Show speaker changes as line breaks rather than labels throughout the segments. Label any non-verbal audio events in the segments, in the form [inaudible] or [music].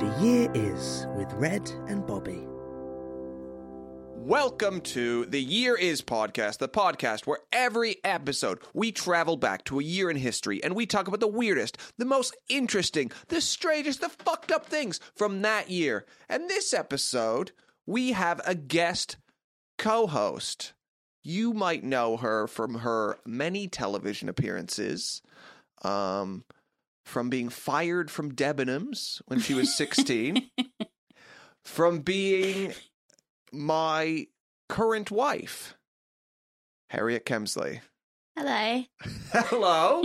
It Is with Red and Bobby.
Welcome to the Year Is podcast, the podcast where every episode we travel back to a year in history and we talk about the weirdest, the most interesting, the strangest, the fucked up things from that year. And this episode, we have a guest co host. You might know her from her many television appearances, um, from being fired from Debenhams when she was 16, from being my current wife, Harriet Kemsley.
Hello. [laughs]
Hello.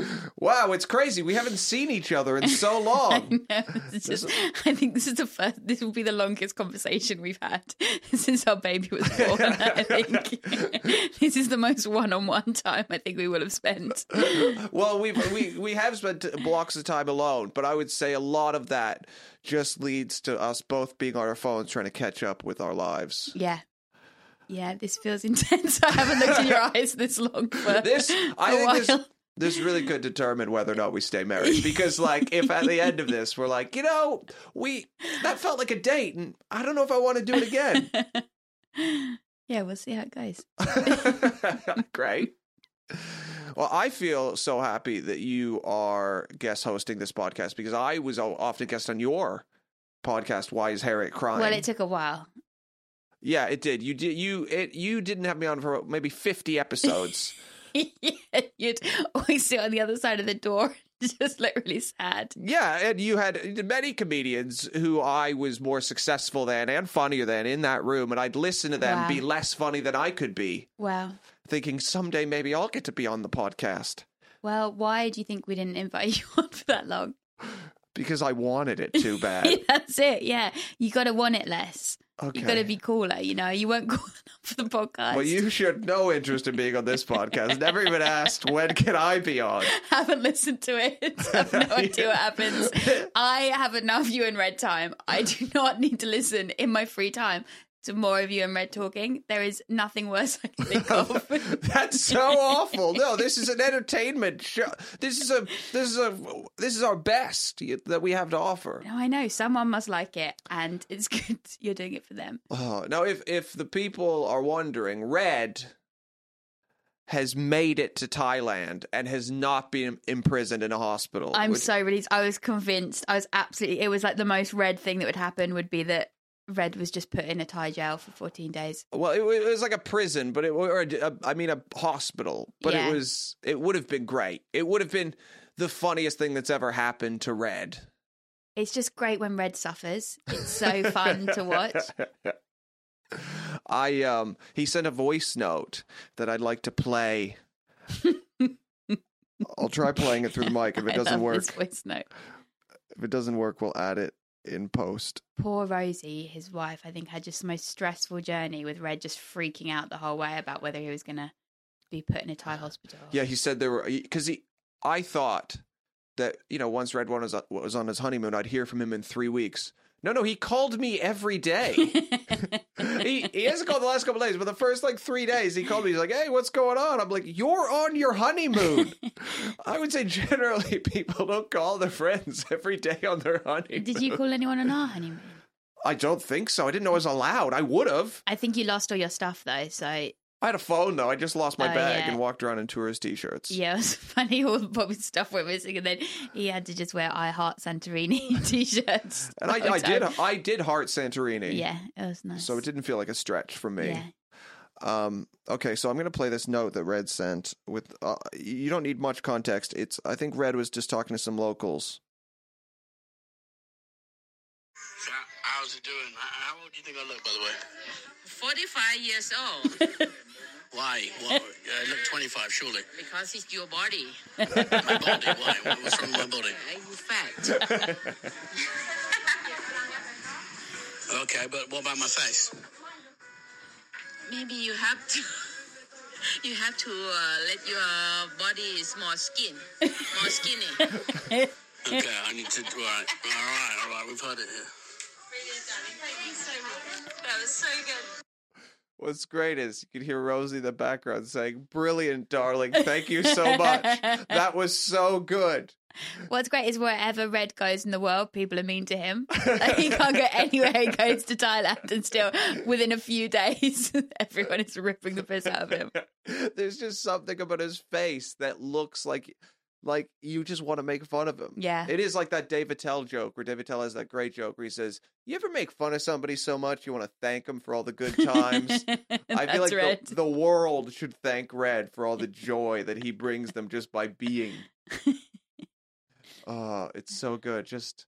[laughs] wow, it's crazy. We haven't seen each other in so
[laughs]
long.
I, know, this is just- I think this is the first. This will be the longest conversation we've had [laughs] since our baby
[laughs]
was born. I think [laughs] this is the most one-on-one time I think we will have spent.
well, we've, we we have spent blocks of time alone, but I would say a lot of that just leads to us both being on our phones trying to catch up with our lives.
Yeah, yeah. This feels [laughs] intense. I haven't looked
[laughs]
in your eyes this long. For,
This I
[laughs] a
think this
while.
this really could determine whether or not we stay married because like if at the end of this we're like, you know, we that felt like a date and I don't know if I want to do it again.
[laughs] yeah, we'll see how it goes.
[laughs] Great. Well, I feel so happy that you are guest hosting this podcast because I was o- often guest on your podcast. Why is Harriet crying?
Well, it took a while. [laughs]
yeah, it did. You did. You it. You didn't have me on for maybe fifty
[laughs]
episodes.
You'd always sit on the other side of the door and [laughs] just look really sad.
yeah, and you had many comedians who I was more successful than and funnier than in that room, and I'd listen to them
Wow.
be less funny than I could be,
Wow.
thinking someday maybe I'll get to be on the podcast
Well, why do you think we didn't invite [laughs] you on for that long?
because I wanted it too
[laughs]
bad.
That's it. Yeah, you got to want it less.
Okay.
You got to be cooler. You know, you weren't [laughs] cool enough for the podcast.
Well,
[laughs]
you showed no interest in being on this podcast. Never even asked when can I be on.
haven't listened to it. [laughs] I
[laughs]
have no idea what happens. I have enough you and Red time. I do [laughs] not need to listen in my free time to more of you and Red talking. There is nothing worse [laughs] I can
[laughs]
think of.
That's so awful. No, this is an entertainment show. This is a this is a this is our best that we have to offer.
No, I know someone must like it, and it's [laughs] good you're doing it for them.
Oh, now, if if the people are wondering, Red has made it to Thailand and has not been imprisoned in a hospital.
I'm
which-
so relieved. I was convinced. I was absolutely. It was like the most red thing that would happen would be that Red was just put in a Thai jail for 14 days.
Well, it, wa- it was like a prison, but it wa- or a, a, I mean a hospital, but
Yeah.
it was it would have been great. It would have been the funniest thing that's ever happened to Red.
It's just great when Red suffers. It's so fun
[laughs]
to watch.
I um he sent a voice note that I'd like to
[laughs]
play. I'll try playing it through the mic. If it
I
doesn't
love
work,
his voice note.
if it doesn't work, we'll add it in post.
Poor Rosie, his wife, I think had just the most stressful journey with Red just freaking out the whole way about whether he was going to be put in a Thai hospital.
Yeah, he said there were because he. I thought that you know once Red one was uh, was on his honeymoon, I'd hear from him in three weeks. No, no, he called me every
[laughs]
day. he, he hasn't called the last couple days, but the first like three days he called me. He's like, "Hey, what's going on?" I'm like, "You're on your
[laughs]
honeymoon." I would say generally people don't call their friends every day on their honeymoon.
Did you call anyone on our honeymoon?
I don't think so. I didn't know it was allowed. I would have.
I think you lost all your stuff though, so
I had a phone though. I just lost my
Oh,
bag
yeah.
and walked around in tourist t-shirts.
Yeah, [laughs] it was funny. All the Bobby's stuff went missing, and then he had to just wear I Heart Santorini [laughs] t-shirts.
And
the
I,
whole
I did.
time.
I did heart Santorini.
Yeah, it was nice.
So it didn't feel like a stretch for me.
Yeah.
Um, okay, so I'm going to play this note that Red sent. With uh, you don't need much context. It's I think Red was just talking to some locals.
So how- how's it doing? How how old do you think I look, by the way?
45 years old
Why? [laughs] What? I look 25, surely.
because it's your body.
My body, why? What- What's wrong with my body?
Uh, You fat.
Okay, but what about my [laughs] face?
Maybe you have to. [laughs] You have to uh, let your body is more skin, more [laughs] skinny.
Okay, I need to. All right, all right, all right, we've heard it here.
That was so good.
What's great is you can hear Rosie in the
[laughs]
background saying, "Brilliant, darling. Thank you so much. that was so good."
What's great is wherever Red goes in the world, people are mean
[laughs]
to him. Like, he can't go anywhere. He goes to Thailand, and still, within a few days, [laughs] everyone is ripping the piss out
[laughs]
of him.
There's just something about his face that looks like like you just want to make fun of him.
Yeah.
It is like that Dave Attell joke where Dave Attell has that great joke where he says, You ever make fun of somebody so much you want to thank them for all the
[laughs]
good times? I feel
That's
like
Red.
the, the world should thank Red for all the joy that he brings them just by being. Oh, it's so good. Just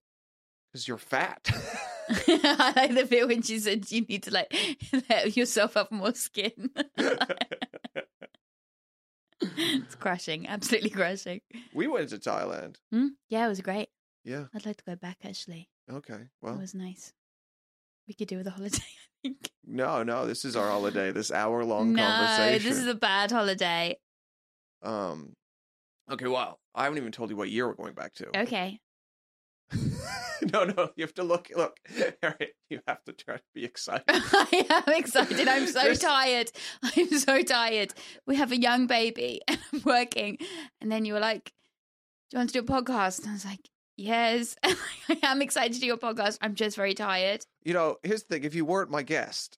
because you're fat. [laughs]
[laughs] I like the bit when she said you need to like [laughs] let yourself have more skin. [laughs] it's crushing, absolutely crushing.
we went to Thailand.
Hmm? Yeah, it was great.
Yeah.
I'd like to go back actually.
Okay. Well,
It was nice. We could do with a holiday, [laughs] I think.
no, no. This is our holiday. This hour
[laughs]
long
no,
conversation.
this is a bad holiday.
Um. Okay. Well, I haven't even told you what year we're going back to.
Okay.
[laughs] no, no. You have to look. Look, [laughs] Harriet. You have to try to be excited.
[laughs] I am excited. I'm so
There's-
tired. [laughs] I'm so tired. We have a young baby [laughs] and I'm working. And then you were like, Do you want to do a podcast? And I was like, Yes. [laughs] I am excited to do your podcast. I'm just very tired.
You know, here's the thing. If you weren't my guest,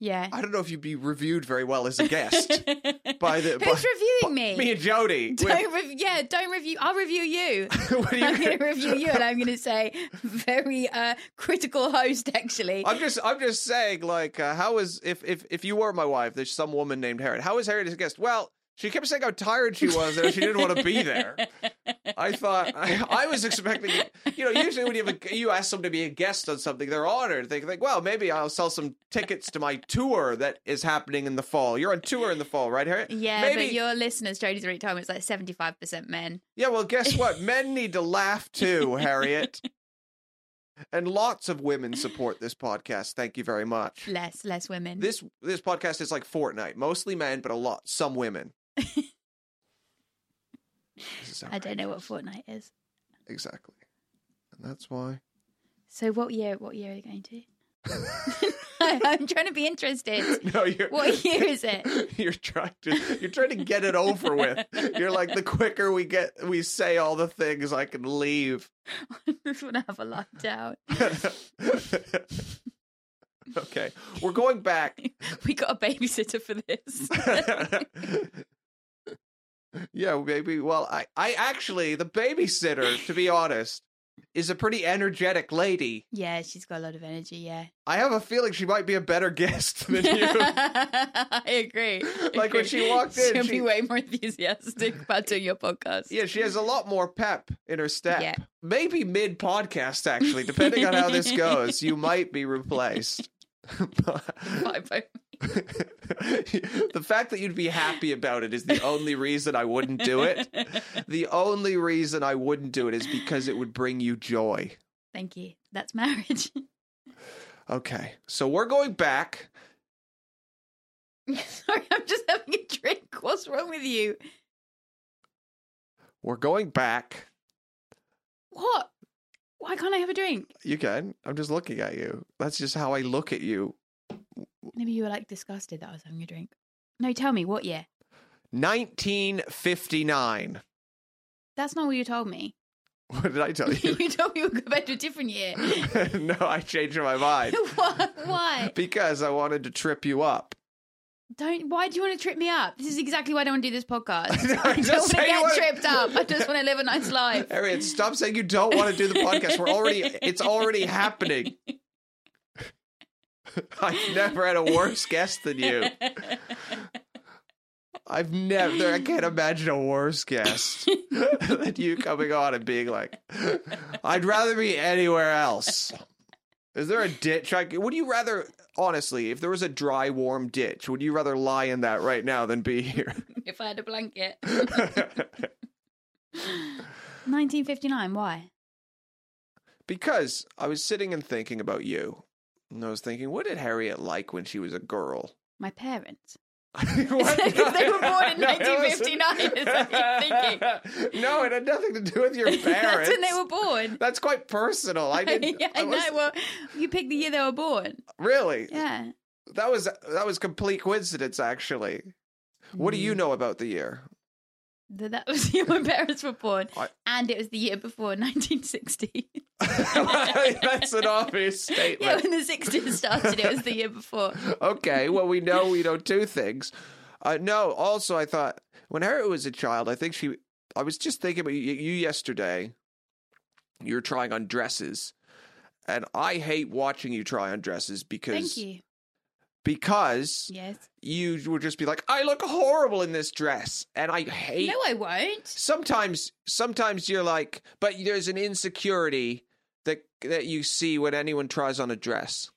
Yeah.
I don't know if you'd be reviewed very well as a guest. by the-
[laughs] Who's
by-
reviewing me?
me and Jody.
[laughs] don't rev- yeah, don't review. I'll
[laughs]
review you. [laughs]
what are you
I'm going to
gonna-
review you, and I'm going to say very uh, critical host. Actually,
I'm just, I'm just saying, like, uh, how is if if if you were my wife, there's some woman named Harriet. How is Harriet as a guest? Well, she kept saying how tired she was and she didn't want to be there. I thought [laughs] I, I was expecting, you know, usually when you have a, you ask someone to be a guest on something, they're honored. They think, well, maybe I'll sell some tickets to my tour that is happening in the fall. You're on tour in the fall, right, Harriet?
yeah,
maybe.
but your listeners, Jodie's rate time is like seventy five percent men.
Yeah, well, guess what? Men need to laugh too, Harriet. and lots of women support this podcast. Thank you very much.
Less, less women.
This this podcast is like Fortnite, mostly men, but a lot some women. This is
I don't know what
outrageous.
Fortnite is.
exactly, and that's why. [laughs]
So what year? What year are you going [laughs] to? I'm trying to be interested.
No, you're
[laughs] What year is it?
[laughs] you're trying to you're trying to get it over with. You're like the quicker we get we say all the things, I can leave. [laughs]
I just want to have a lockdown.
okay, we're going back.
[laughs] We got a babysitter for this.
[laughs] yeah, baby. Well, I, I actually, the babysitter, to be honest, is a pretty energetic lady.
[laughs] yeah, she's got a lot of energy. Yeah,
[laughs] I have a feeling she might be a better [laughs] guest than you.
[laughs] I agree.
[laughs] Like, when she walked in,
she'll
she-
be way more enthusiastic about doing your podcast.
[laughs] yeah, she has a lot more pep in her step.
Yeah.
Maybe mid podcast, actually, depending on how this goes, you might be replaced. [laughs]
Bye, bye.
the fact that you'd be happy about it is the only reason I wouldn't do it. The only reason I wouldn't do it is because it would bring you joy.
[laughs] Thank you. That's marriage. [laughs]
Okay. So we're going back.
Sorry, I'm just having a drink. What's wrong with you?
We're going back.
What? Why can't I have a drink?
You can. I'm just looking at you. That's just how I look at you.
Maybe you were like disgusted that I was having a drink. No, tell me what year.
1959.
That's not what you told me.
[laughs]
[laughs]
What did I tell you? [laughs]
you told me we were going back to a different year. [laughs]
no, I changed my mind
Why? Why?
because I wanted to trip you up.
Don't. Why do you want to trip me up? This is exactly why I don't want to do this podcast.
[laughs] I
I
just
don't want to
say you
get
wanna-
tripped up. I just want to live a
[laughs]
nice life.
Harriet, stop saying you don't want to do the podcast. We're already it's already happening. I've never had a worse guest than you. I've never I can't imagine a worse guest [laughs] than you coming on and being like I'd rather be anywhere else. Is there a ditch I could, would you rather honestly, if there was a dry warm ditch, would you rather lie in that right now than be here?
[laughs] If I had a blanket.
[laughs]
1959. Why?
because I was sitting and thinking about you, and I was thinking, what did Harriet like when she was a girl? [laughs]
My parents.
What?
[laughs] they were born
[laughs]
in
No, it wasn't-
1959. Is that what you're thinking?
[laughs] No, it had nothing to do with your parents.
[laughs] That's when they
[laughs]
were born.
That's quite personal. I didn't.
[laughs] yeah, I know.
was-
Well, you picked the year they were born.
[laughs] Really,
Yeah.
that
Mm.
was that was complete coincidence. Actually, what do you know about the year? [laughs]
that that was [laughs] the year my parents were born,
I-
and it was the year before 1960.
That's an obvious
[laughs] yeah,
statement.
when the 60s started, it was the
[laughs]
year before.
Okay, well, we know we don't do things. Uh, no, also, I thought when Harriet was a child, I think she, I was just thinking about you, you yesterday. You were trying on dresses, and I hate watching you try on dresses because
Thank you.
because
Yes.
you would just be like, I look horrible in this dress, and I hate
No, I won't.
sometimes sometimes you're like but there's an insecurity that that you see when anyone tries on a dress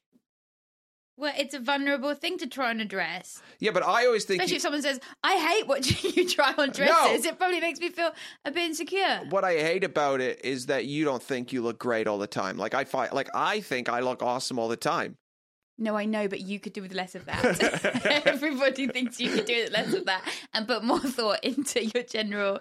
Well, it's a vulnerable thing to try on a dress.
yeah but i always think
Especially
you-
if someone says, I hate watching [laughs] you try on dresses. It probably makes me feel a bit insecure.
what i hate about it is that you don't think you look great all the time like i find like i think i look awesome all the time
No, I know, but you could do with less
[laughs]
of that. [laughs] Everybody thinks you could do with less of that and put more [laughs] thought into your general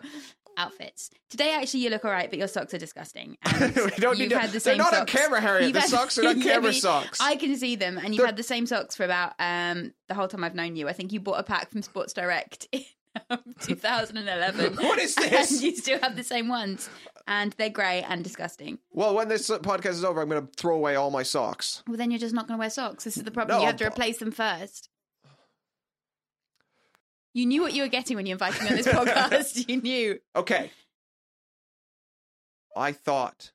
outfits. Today, actually, you look all right, but your socks are
[laughs]
disgusting. And
We don't
you've
need to-
had the
they're
same
not on
socks.
camera, Harriet.
You've
The
had- [laughs]
socks are not
Yeah,
camera
but
socks.
I can see them, and you've
They're-
had the same socks for about um, the whole time I've known you. I think you bought a pack from Sports Direct [laughs] in
[laughs]
um, 2011.
What is
[laughs] And
this?
you still have the same ones, and they're grey and disgusting.
well when this uh, podcast is over i'm gonna throw away all my socks
Well, then you're just not going to wear socks. This is the problem.
No,
you have to
but-
replace them first. You knew what you were getting when you invited me on this podcast. [laughs] you knew.
okay i thought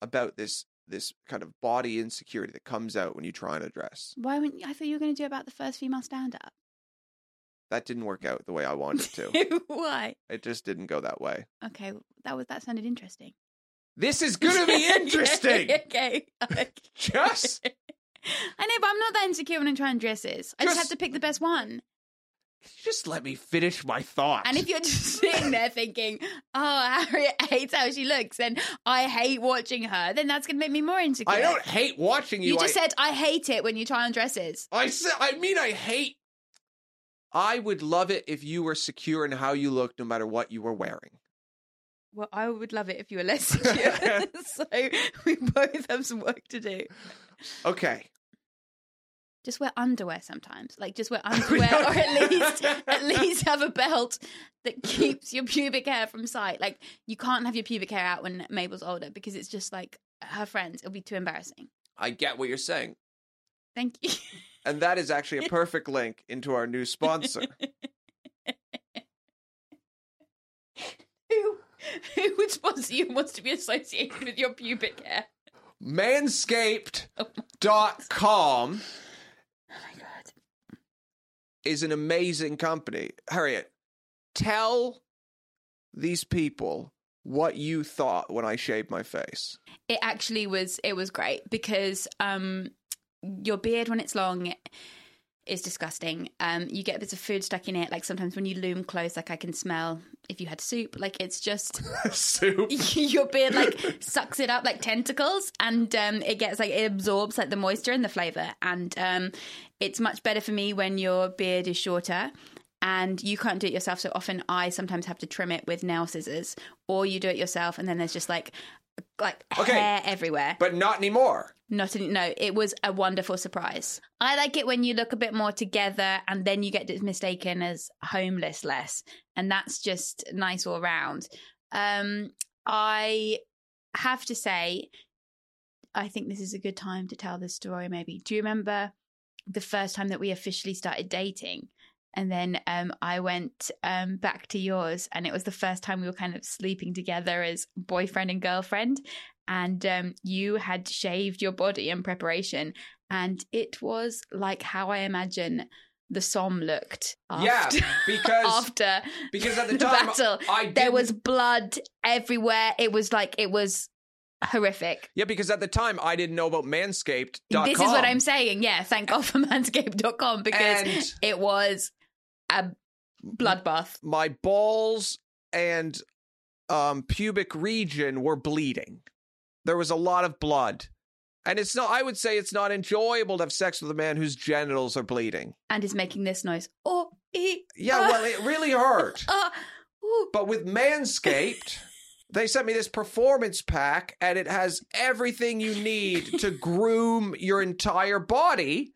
about this this kind of body insecurity that comes out when you try on a dress
Why wouldn't you? I thought you were going to do about the first female stand up.
that didn't work out the way i wanted to
[laughs] Why?
it just didn't go that way
Okay, that was that sounded interesting.
This is going
[laughs]
to be interesting.
okay. okay.
Just
[laughs] I know, but I'm not that insecure when I'm trying dresses. I just
Just-
have to pick the best one.
just let me finish my thought.
And if
[laughs]
you're just sitting there thinking, "Oh, Harriet hates how she looks," and I hate watching her, then that's going to make me more insecure.
I
[laughs]
don't hate watching you.
You just
I,
said I hate it when you try on dresses.
I said I mean I hate I would love it if you were secure in how you looked no matter what you were wearing.
Well, I would love it if [laughs] you were less secure. [laughs] so we both have some work to do.
Okay.
Just wear underwear sometimes. Like just [laughs] wear underwear or at [laughs] least at least have a belt that keeps your pubic hair from sight. Like you can't have your pubic hair out when Mabel's older because it's just like her friends. It'll be too embarrassing.
I get what you're saying.
Thank you. [laughs]
And that is actually [laughs] a perfect link into our new [laughs] sponsor.
who, who would sponsor you and wants to be associated with your pubic hair?
Oh Manscaped.com
Oh my god.
is an amazing company. Harriet, tell these people what you thought when I shaved my face.
it actually was it was great because um your beard when it's long is disgusting um you get bits of food stuck in it like sometimes when you loom close like i can smell if you had soup like it's just
[laughs] soup.
[laughs] your beard like sucks it up like tentacles and um it gets like it absorbs like the moisture and the flavor and um it's much better for me when your beard is shorter and you can't do it yourself so often i sometimes have to trim it with nail scissors or you do it yourself and then there's just like like
Okay.
hair everywhere
But not anymore.
not in, no it was a wonderful surprise i like it when you look a bit more together and then you get mistaken as homeless less and that's just nice all round um i have to say i think this is a good time to tell this story maybe do you remember the first time that we officially started dating and then um, I went um, back to yours, and it was the first time we were kind of sleeping together as boyfriend and girlfriend and um, you had shaved your body in preparation, and it was like how I imagine the Somme looked.
Yeah,
After, [laughs]
[laughs] because
after
because at the
the
time
battle,
I
there
didn't-
was blood everywhere. It was like it was horrific.
yeah because at the time I didn't know about manscaped.com.
This is what I'm saying. Yeah, thank God for [laughs] Manscaped.com because
And- Mm.
it was a bloodbath.
My balls and um pubic region were bleeding. There was a lot of blood. And it's not I would say it's not enjoyable to have sex with a man whose genitals are bleeding.
And is making this noise. Oh, e,
Yeah, well it
[laughs]
really hurt.
ah, ooh.
But with Manscaped, they sent me this performance pack
[laughs]
and it has everything you need to groom your entire body.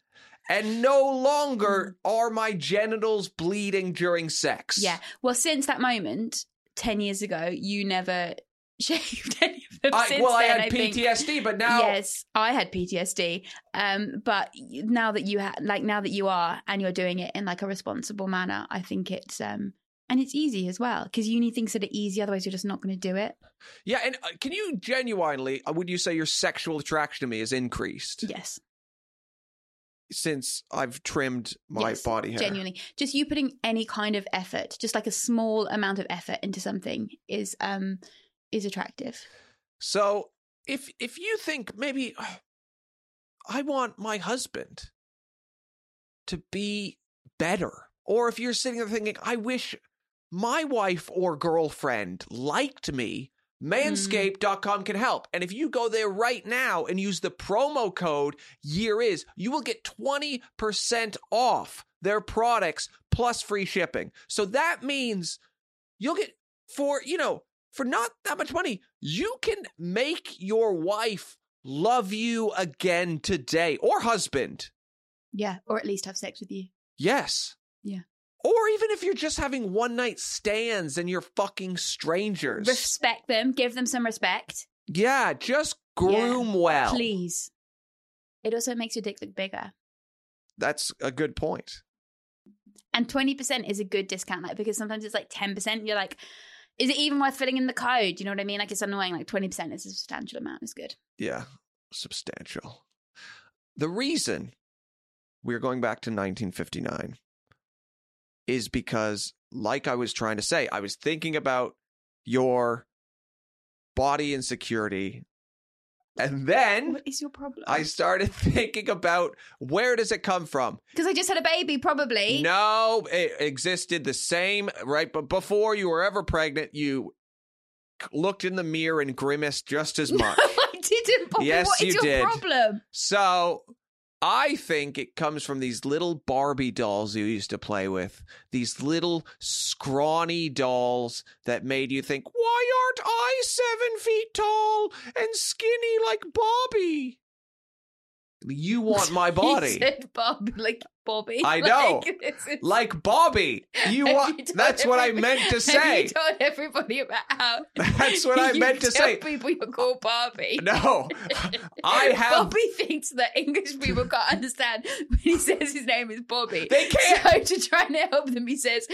and no longer are my genitals bleeding during sex.
Yeah. Well, since that moment, 10 years ago, you never [laughs] shaved any of them.
I,
since
well, I
then,
had
think.
PTSD, but now
Yes, I had PTSD. Um, but you- now that you ha- like now that you are and you're doing it in like a responsible manner, I think it's um and it's easy as well because you need things that are easy. Otherwise, you're just not going to do it.
Yeah, and uh, can you genuinely, uh, would you say your sexual attraction to me has increased
Yes,
since I've trimmed my
Yes,
body hair?
genuinely, just you putting any kind of effort, just like a small amount of effort into something, is um is attractive.
So if if you think maybe I want my husband to be better, or if you're sitting there thinking, I wish my wife or girlfriend liked me, manscaped.com can help. And if you go there right now and use the promo code year is, you will get 20% off their products plus free shipping. So that means you'll get for, you know, for not that much money, you can make your wife love you again today or husband.
Yeah, or at least have sex with you.
Yes.
Yeah.
Or even if you're just having one night stands and you're fucking strangers.
Respect them. Give them some respect,
yeah, just groom well.
please. It also makes your dick look bigger.
That's a good point.
And 20% is a good discount, like because sometimes it's like 10%. And you're like, is it even worth filling in the code? You know what I mean? Like it's annoying. Like 20% is a substantial amount. It's good.
Yeah, substantial. The reason we're going back to 1959 is because, like I was trying to say, I was thinking about your body insecurity. And then
What is your problem? [laughs]
I started [laughs] thinking about where does it come from?
Because I just had a baby, probably.
No, it existed the same right but before you were ever pregnant, you c- looked in the mirror and grimaced just as much.
[laughs] I didn't. Bobby.
Yes,
what is
you
your
did.
problem?
so, I think it comes from these little Barbie dolls you used to play with. These little scrawny dolls that made you think, "Why aren't I 7 feet tall and skinny like Bobby?" You want my
[laughs] You
body.
said Bob, like Bobby.
I
Like,
know.
[laughs] this is-
Like Bobby, you
Have
want.
you told
that's what I
everybody- [laughs]
meant to
Have
say.
you told everybody about how.
[laughs] That's what I
[laughs] you
meant to
tell
say.
People you're called Barbie.
[laughs] No,
[laughs]
I have.
Bobby thinks that English
[laughs]
people can't understand when he says his name is Bobby.
They can't.
So to try and help them, he says,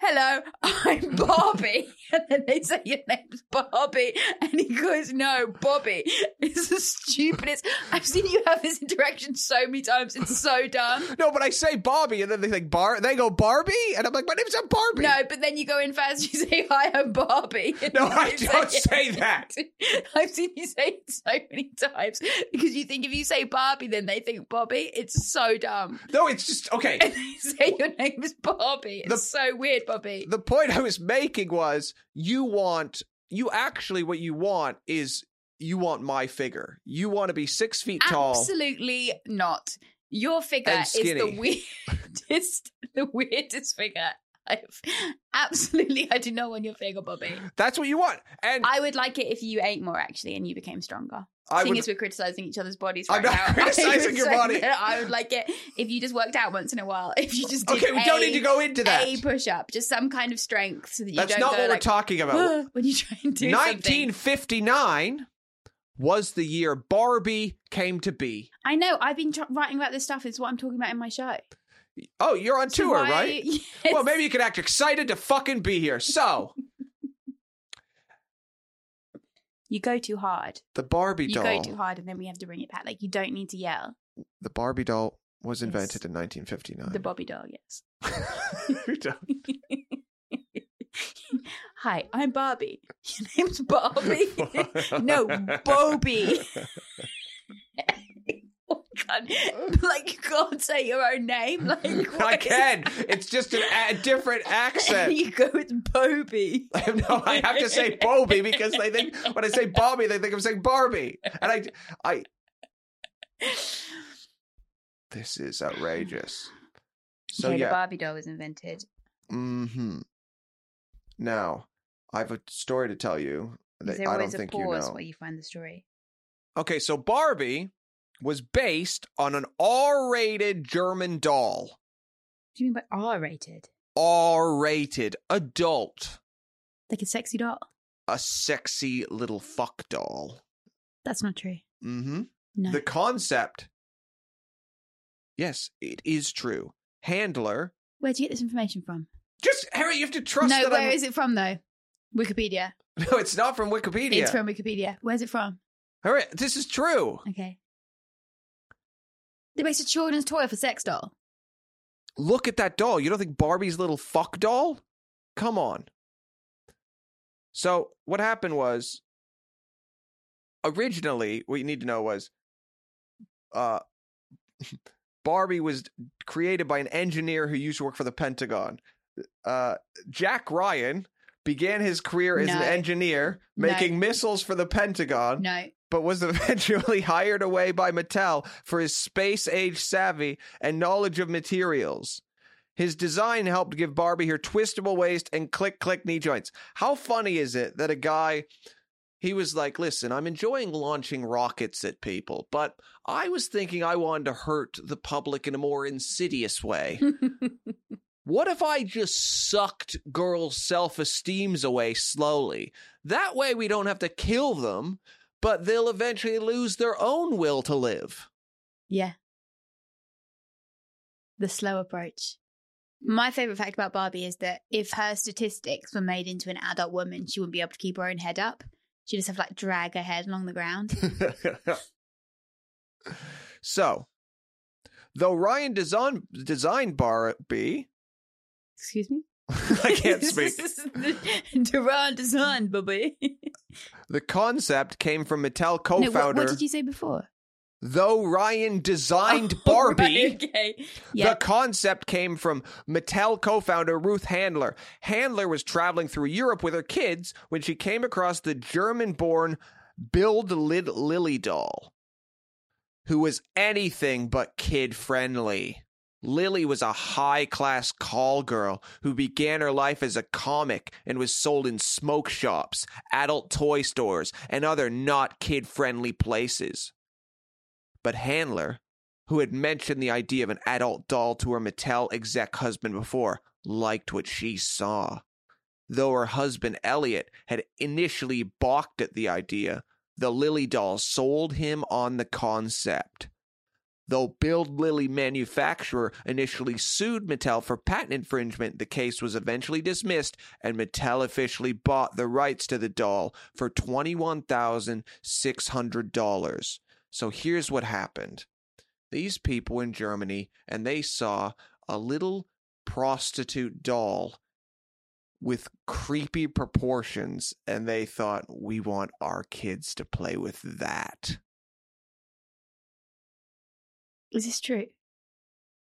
"Hello, I'm Bobby," [laughs] and then they say your name's Bobby, and he goes, "No, Bobby." It's the stupidest. I've seen you have this interaction so many times. It's so dumb.
No, but I say Bobby, and then they think Bar. They go Barbie, and I'm like, my name's not Barbie.
No, but then you go in first. You say, "Hi, I'm Barbie." [laughs] and
No,
they
I don't
it.
say that.
[laughs] I've seen you say it so many times because you think if you say Barbie, then they think Bobby. It's so dumb.
No, it's just okay. [laughs]
[laughs] And they say your name is Barbie. It's
The-
so weird, Bobby.
The point I was making was you want you actually what you want is you want my figure. You want to be six feet tall.
Absolutely not. Your figure
And
is the
skinny.
[laughs] weirdest, the weirdest figure. I've [laughs] absolutely, I do not want your figure, Bobby.
That's what you want, and
I would like it if you ate more actually and you became stronger.
I
Seeing
would.
as we're criticizing each other's bodies,
I'm
right
not [laughs]
now, I
criticizing
would
your
say
body.
that I would like it if you just worked out once in a while. [laughs] If you just did
okay, we don't
a-
need to go into that.
a push up, just some kind of strength, so that you
That's
don't
not
go
what we're
like,
talking about.
[gasps] when you try and do something.
1959 was the year Barbie came to be.
I know. I've been tr- writing about this stuff. It's what I'm talking about in my show.
Oh, you're on
So
tour,
why- [laughs]
right?
Yes.
Well, maybe you could act excited to fucking be here.
[laughs]
So,
you go too hard.
the Barbie
You
doll.
go too hard, and then we have to bring it back. Like you don't need to yell.
The Barbie doll was
Yes.
invented in 1959. [laughs]
The Bobby doll. Yes.
Barbie doll.
[laughs] Hi, I'm Barbie. [laughs] Your
[laughs]
name's Barbie. no, Bobby. [laughs] Oh, God. [laughs] Like you can't say your own name. Like [laughs] what
I
is- [laughs]
can. It's just an, a different accent.
you go with Bobby.
no, I have to
[laughs]
say Bobby because they think when I say Bobby, they think I'm saying Barbie, and I, I. This is outrageous. So
yeah,
yeah,
the Barbie doll was invented.
Mm-hmm. Now, I have a story to tell you
Is
that
there
I don't
always a
think you
pause
know.
where you find the story?
Okay, so Barbie was based on an R rated German doll.
do you mean by R rated?
R rated adult.
Like a sexy doll?
A sexy little fuck doll.
That's not true.
Mm hmm.
No.
The concept. Yes, it is true. Handler.
Where do you get this information from?
Just, Harry, you have to trust
no,
that
where
I'm.
is it from though? Wikipedia.
[laughs] No, it's not from Wikipedia.
It's from Wikipedia. Where's it from?
Harry, this is true.
Okay. They makes a children's toy for sex doll.
Look at that doll. You don't think Barbie's a little fuck doll? Come on. So, what happened was originally, what you need to know was uh, [laughs] Barbie was created by an engineer who used to work for the Pentagon. Uh, Jack Ryan began his career as an
No.
engineer
No.
making missiles for the Pentagon
No.
but was [laughs] eventually hired away by Mattel for his space age savvy and knowledge of materials. His design helped give Barbie her twistable waist and click click knee joints. How funny is it that a guy he was like, "Listen, I'm enjoying launching rockets at people, but I was thinking I wanted to hurt the public in a more insidious way. what if I just sucked girls' self-esteems away slowly? That way we don't have to kill them." but they'll eventually lose their own will to live.
Yeah. The slow approach. My favorite fact about Barbie is that if her statistics were made into an adult woman, she wouldn't be able to keep her own head up. She'd just have to like drag her head along the ground.
so, though Ryan design, designed Barbie,
[laughs] Excuse me?
[laughs] I can't
[laughs]
speak.
Durand
[laughs]
design, Bobby.
the concept came from Mattel
No,
co-founder.
what, what did you say before?
Though Ryan designed
[laughs] Oh,
Barbie.
right, okay. Yeah.
The concept came from Mattel co founder Ruth Handler. Handler was traveling through Europe with her kids when she came across the German born Build Lid Lily doll, who was anything but kid friendly. Lily was a high class call girl who began her life as a comic and was sold in smoke shops, adult toy stores, and other not kid friendly places. But Handler, who had mentioned the idea of an adult doll to her Mattel exec husband before, liked what she saw. Though her husband Elliot had initially balked at the idea, the Lily doll sold him on the concept. Though Build Lily manufacturer initially sued Mattel for patent infringement, the case was eventually dismissed, and Mattel officially bought the rights to the doll for $21,600. So here's what happened these people in Germany and they saw a little prostitute doll with creepy proportions and they thought we want our kids to play with that.
Is this true?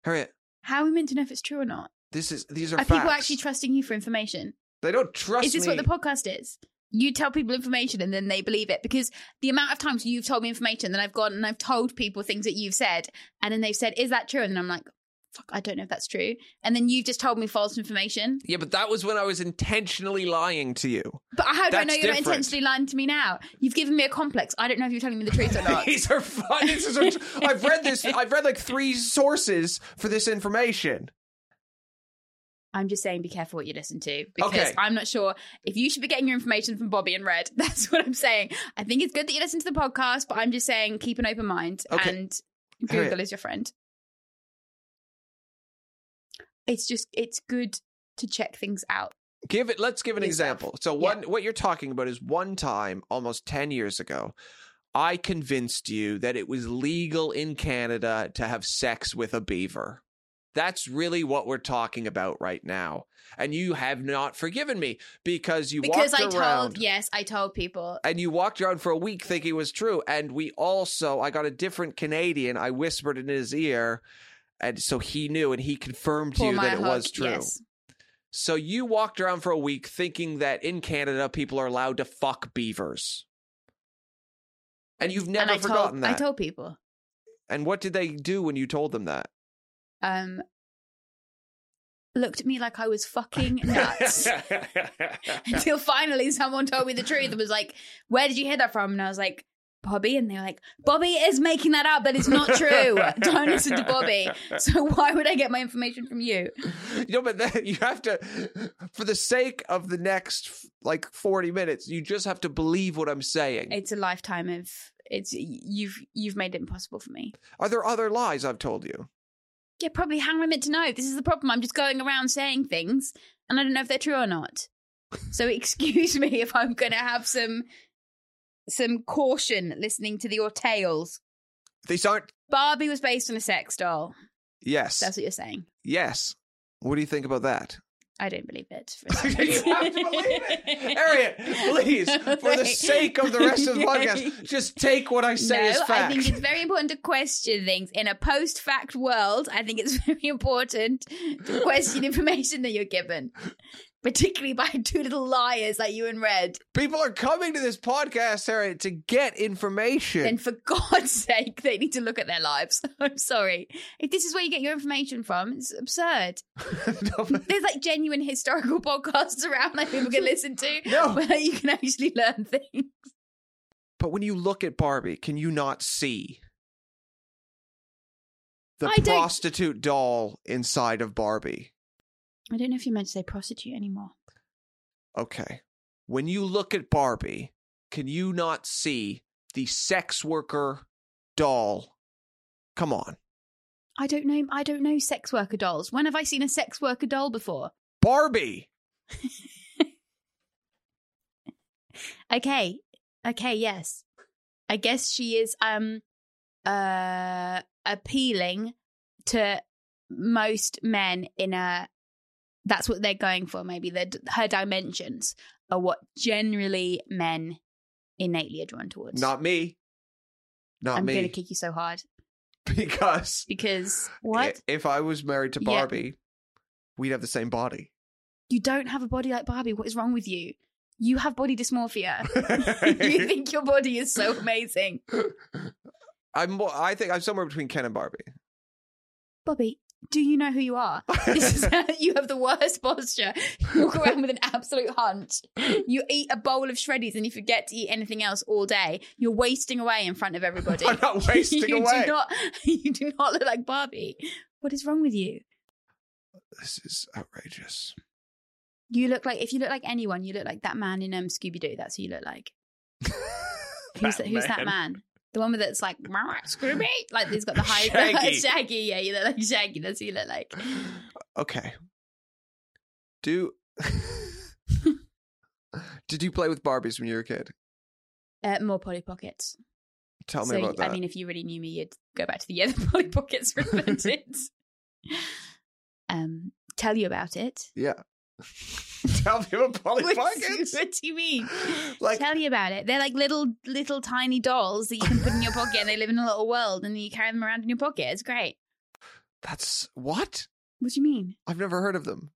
Harriet,
How are we meant to know if it's true or not?
this is these are,
Are
facts.
people actually trusting you for information?
they don't trust
is this
me.
what the podcast is? You tell people information and then they believe it because the amount of times you've told me information, then I've gone and I've told people things that you've said, and then they've said, "Is that true?" And then I'm like, "Fuck, I don't know if that's true." And then you've just told me false information.
yeah, but that was when I was intentionally lying to you.
But how do I
That's
know you're
different.
not intentionally lying to me now? You've given me a complex. I don't know if you're telling me the truth or [laughs] not.
These are fun. This is
[laughs]
a- I've read this. I've read like three sources for this information.
I'm just saying, be careful what you listen to because
Okay.
I'm not sure if you should be getting your information from Bobby and Red. [laughs] That's what I'm saying. I think it's good that you listen to the podcast, but I'm just saying, keep an open mind
Okay.
and
Harriet.
Google is your friend. It's just, it's good to check things out.
give it let's give an
New stuff.
example so one what you're talking about is one time almost 10 years ago i convinced you that it was legal in canada to have sex with a beaver that's really what we're talking about right now and you have not forgiven me because you
Because I
walked
told,
around
yes, I told people.
and you walked around for a week thinking it was true. And we also, I got a different Canadian. I whispered in his ear, and so he knew, and he confirmed to
Paul
you that
Meyer
it was
Hug,
true.
yes.
So you walked around for a week thinking that in Canada people are allowed to fuck beavers. And you've never
and I
forgotten
told,
that.
I told people.
and what did they do when you told them that? [laughs]
Um, looked at me like I was fucking nuts. [laughs] until finally someone told me the truth and was like, "Where did you hear that from?" And I was like, Bobby, and they were like, Bobby is making that up. That is not true. Don't listen to Bobby. So why would I get my information from you?
You know, but then you have to, for the sake of the next like 40 minutes, you just have to believe what I'm saying.
It's a lifetime of it's you've you've made it impossible for me.
Are there other lies I've told you?
Yeah, probably. How am I meant to know? This is the problem. I'm just going around saying things, and I don't know if they're true or not.
[laughs]
So excuse me if I'm going to have some some caution listening to the your tales.
These aren't.
Barbie was based on a sex doll.
Yes.
That's what you're saying.
yes. What do you think about
[laughs]
that?
I don't believe it.
[laughs]
For
you have to believe
[laughs]
it. Harriet, please, for the sake of the rest of the
[laughs]
podcast, just take what I say as
no, I
fact.
think it's very important to question things in a post-fact world. I think it's [laughs] very important to
[laughs]
question information that you're given, particularly by two little liars like you and Red.
People are coming to this podcast, Harriet, to get information.
Then, for [laughs] God's sake, they need to look at their lives. [laughs] I'm sorry. If this is where you get your information from, it's absurd.
[laughs] No, but-
There's like genuine historical [laughs] podcasts around that people can listen to,
No.
where you can actually learn [laughs] things.
But when you look at Barbie, can you not see the
I don't-
prostitute doll inside of Barbie?
I don't know if you meant to say prostitute anymore.
Okay. When you look at Barbie, can you not see the sex worker doll? Come on.
I don't know. I don't know sex worker dolls. When have I seen a sex worker doll before?
Barbie!
Okay. Okay, yes. I guess she is um uh appealing to most men in a that's what they're going for maybe the her dimensions are what generally men innately are drawn towards.
Not me. Not
I'm
me.
going to kick you so hard
[laughs] Because [laughs]
because what?
i- if I was married to
Yeah.
Barbie, we'd have the same body.
You don't have a body like Barbie. What is wrong with you? You have body dysmorphia. [laughs]
[laughs]
you
I'm,
think your body is so amazing.
more- I think I'm somewhere between Ken and Barbie.
Bobby, do you know who
[laughs]
you are? This is how you have the worst posture. You walk around with an absolute hunch. You eat a bowl of shreddies and you forget to eat anything else all day. You're wasting away in front of everybody.
I'm not wasting
[laughs] you
away.
Do not, you do not look like Barbie. What is wrong with you?
This is outrageous. [laughs]
You look like if you look like anyone, you look like that man in um, Scooby Doo. That's who you look like. Who's that, who's that man? The one with that's like "Meow, Scooby, like he's got the high [laughs]
Shaggy.
Shaggy. Yeah, you look like Shaggy. That's who you look like.
Okay. Do [laughs] Did you play with Barbies when you were a kid?
Uh, more Polly Pockets.
Tell me
so,
about that.
I mean, if you really knew me, you'd go back to the other [laughs] Polly Pockets
[laughs]
repented. um, tell you about it.
yeah. [laughs] Tell me about Polly
[laughs] What-
Pockets.
What do you mean?
Like
tell you about it. They're like little, little tiny dolls that you can put in your pocket, and they live in a little world, and you carry them around in your pocket. It's great.
that's what?
What do you mean?
I've never heard of them.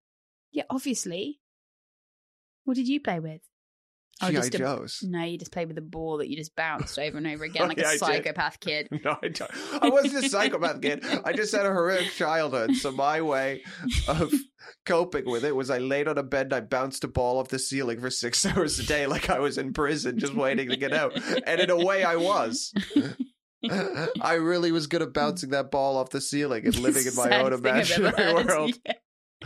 Yeah, obviously. What did you play with?
GI
Oh, just a- [laughs]
Joes. [laughs]
No, you just played with a ball that you just bounced over and over again like
Oh, yeah, I
a
did.
psychopath kid.
No, I don't. I wasn't a psychopath kid. I just had a horrific childhood. So my way [laughs]
[laughs]
of [laughs] coping with it was I laid on a bed and I bounced a ball off the ceiling for six [laughs] hours a day, like I was in prison, just waiting to get out. And in a way, I was. I really was good at bouncing that ball off the ceiling and living in my own
Saddest thing I've ever
imaginary
heard.
world.
[laughs]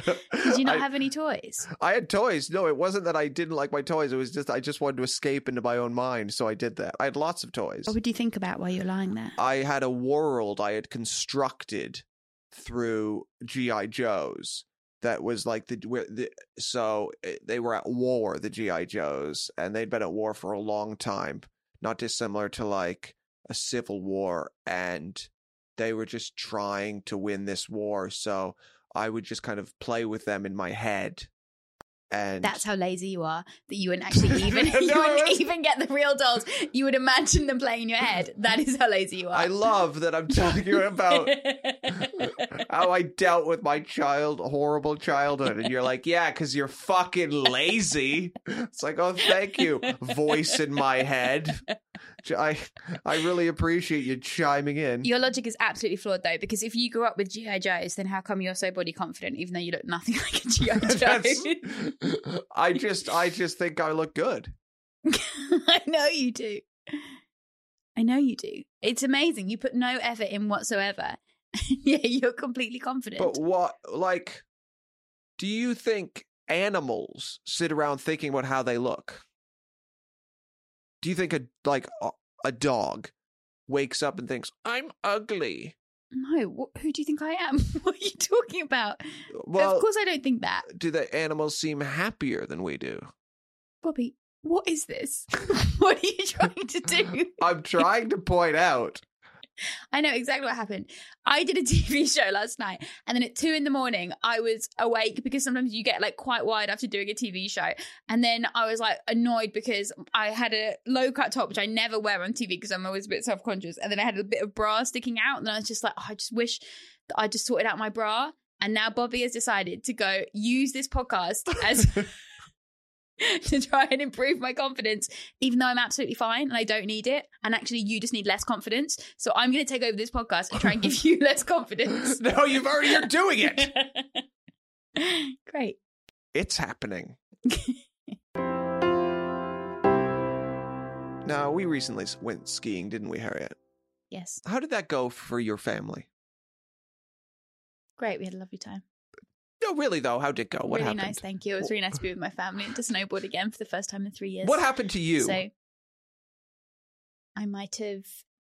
Yeah. Did you not
I,
have any toys?
I had toys. No, it wasn't that I didn't like my toys. It was just I just wanted to escape into my own mind, so I did that. I had lots of toys.
What would you think about while you're lying there?
I had a world I had constructed through GI Joes that was like the where the so uh, they were at war the GI Joes and they'd been at war for a long time not dissimilar to like a civil war and they were just trying to win this war so I would just kind of play with them in my head and
That's how lazy you are that
[laughs]
you wouldn't actually even
No,
you
it
wouldn't
was-
even get the real dolls. You would imagine them playing in your head. That is how lazy you are.
I love that I'm talking about [laughs] how I dealt with my child horrible childhood and you're like yeah cuz you're fucking lazy it's like oh thank you voice in my head I I really appreciate you chiming in
[laughs] your logic is absolutely flawed though, because if you grew up with GI Joes, then how come you're so body confident, even though you look nothing [laughs] like
[laughs]
a GI
[laughs] That's-
[laughs] Joe?
I just I just think I look good
I know you do. I know you do. It's amazing. You put no effort in whatsoever. [laughs] yeah, you're completely confident.
But what, like, do you think animals sit around thinking about how they look? Do you think a like a, a dog wakes up and thinks I'm ugly?
no, wh- who do you think I am? [laughs] what are you talking about?
Well,
of course, I don't think that,
do the animals seem happier than we do?
Bobby. What is this? [laughs] what are you trying to do?
I'm trying to point [laughs] out.
I know exactly what happened. I did a TV show last night, and then at two in the morning, I was awake because sometimes you get like quite wired after doing a TV show. And then I was like annoyed because I had a low cut top, which I never wear on TV because I'm always a bit self conscious. And then I had a bit of bra sticking out, and then I was just like, oh, I just wish that I just sorted out my bra. And now Bobby has decided to go use this podcast as. [laughs] to try and improve my confidence, even though I'm absolutely fine and I don't need it. And actually, you just need less confidence. So I'm going to take over this podcast and try and give you less [laughs] confidence.
No, you've already you're doing it.
[laughs] Great.
[laughs] It's happening. [laughs] now, we recently went skiing, didn't we, Harriet?
Yes.
How did that go for your family?
Great. We had a lovely time.
No, really though. How did it go? What
really
happened?
nice. Thank you. It was really nice to be with my family and to snowboard again for the first time in three years.
What happened to you?
So I might have.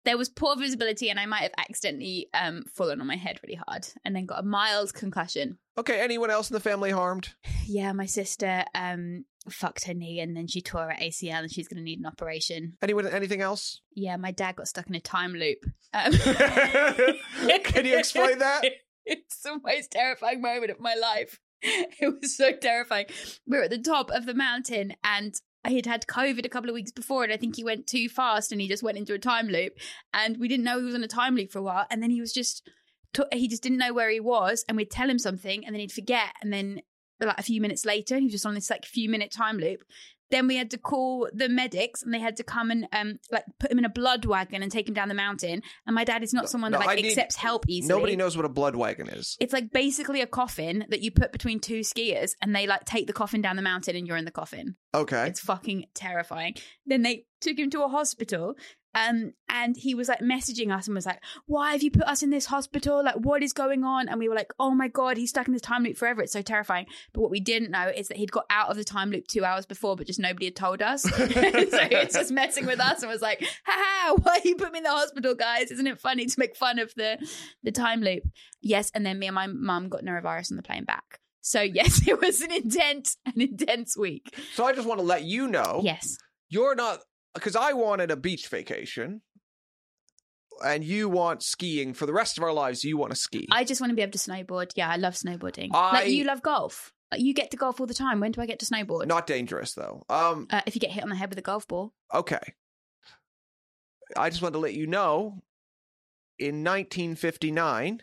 There was poor visibility, and I might have accidentally um, fallen on my head really hard, and then got a mild concussion.
okay, anyone else in the family harmed?
Yeah, my sister um, fucked her knee, and then she tore her ACL, and she's going to need an operation.
Anyone? Anything else?
Yeah, my dad got stuck in a time loop.
[laughs]
Um,
Can you explain that?
[laughs] It's the most terrifying moment of my life. It was so terrifying. We were at the top of the mountain and he had had COVID a couple of weeks before, and I think he went too fast and he just went into a time loop. And we didn't know he was on a time loop for a while. And then he was just, t- he just didn't know where he was. And we'd tell him something and then he'd forget. And then like a few minutes later, he was just on this like few minute time loop. Then we had to call the medics and they had to come and um like put him in a blood wagon and take him down the mountain. And my dad is not someone
no,
that
I
like
need-
accepts help easily.
Nobody knows what a blood wagon is.
It's like basically a coffin that you put between two skiers and they like take the coffin down the mountain and you're in the coffin.
Okay.
It's fucking terrifying. Then they took him to a hospital. Um, and he was like messaging us and was like, Why have you put us in this hospital? Like, what is going on? And we were like, Oh my God, he's stuck in this time loop forever. It's so terrifying. But what we didn't know is that he'd got out of the time loop two hours before, but just nobody had told us. [laughs] so he was just messing with us and was like, Haha, why you put me in the hospital, guys? Isn't it funny to make fun of the, the time loop? Yes. And then me and my mum got neurovirus on the plane back. So, [laughs] yes, it was an intense, an intense week.
So I just want to let you know
Yes.
you're not because I wanted a beach vacation, and you want skiing for the rest of our lives. You want to ski.
I just want to be able to snowboard. Yeah, I love snowboarding.
I-
Like you love golf. Like, you get to golf all the time. When do I get to snowboard?
Not dangerous though. Um.
uh, if you get hit on the head with a golf ball.
Okay. I just want to let you know in 1959,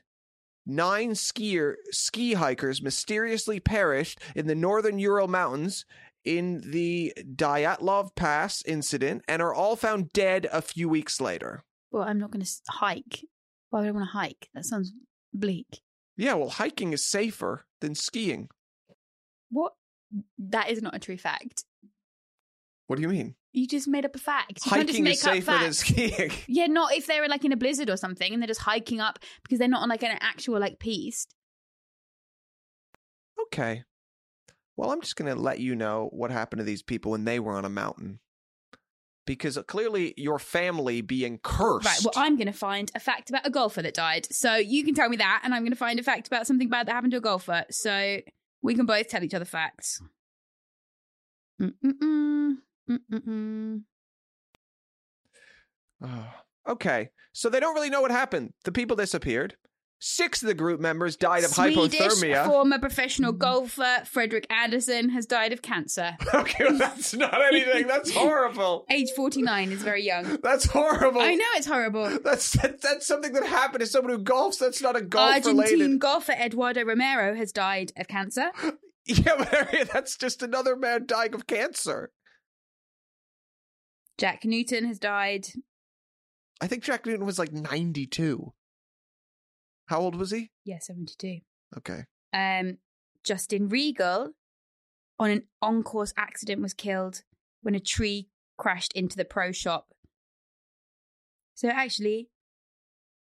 nine skier ski hikers mysteriously perished in the northern Ural Mountains in the Dyatlov Pass incident and are all found dead a few weeks later.
Well, I'm not going to hike. Why would I want to hike? That sounds bleak.
Yeah, well, hiking is safer than skiing.
What? That is not a true fact.
What do you mean?
You just made up a fact. You can't just
hiking
make
is
up
safer than
facts.
skiing. [laughs]
yeah, not if they're like in a blizzard or something and they're just hiking up because they're not on like an actual like piste.
Okay. Well, I'm just going to let you know what happened to these people when they were on a mountain. Because uh, clearly your family being cursed.
Right. Well, I'm going to find a fact about a golfer that died. So you can tell me that, and I'm going to find a fact about something bad that happened to a golfer. So we can both tell each other facts. Mm-mm-mm. Mm-mm-mm.
Ugh. [sighs] okay. So they don't really know what happened. The people disappeared. Six of the group members died of
Swedish
hypothermia. Mm.
former professional golfer Frederick Anderson has died of cancer.
[laughs] okay, well, that's
[laughs]
not anything. That's horrible.
Age 49 is very young.
That's horrible.
I know it's horrible.
[laughs] That's that, that's something that happened to someone who golfs. That's not a golf
Argentine
related.
golfer Eduardo Romero has died of cancer.
[laughs] Yeah, but Harriet, that's just another man dying of cancer.
Jack Newton has died.
I think Jack Newton was like 92. How old was he?
Yeah, 72.
Okay.
um, Justin Regal on an on course accident was killed when a tree crashed into the pro shop. So actually,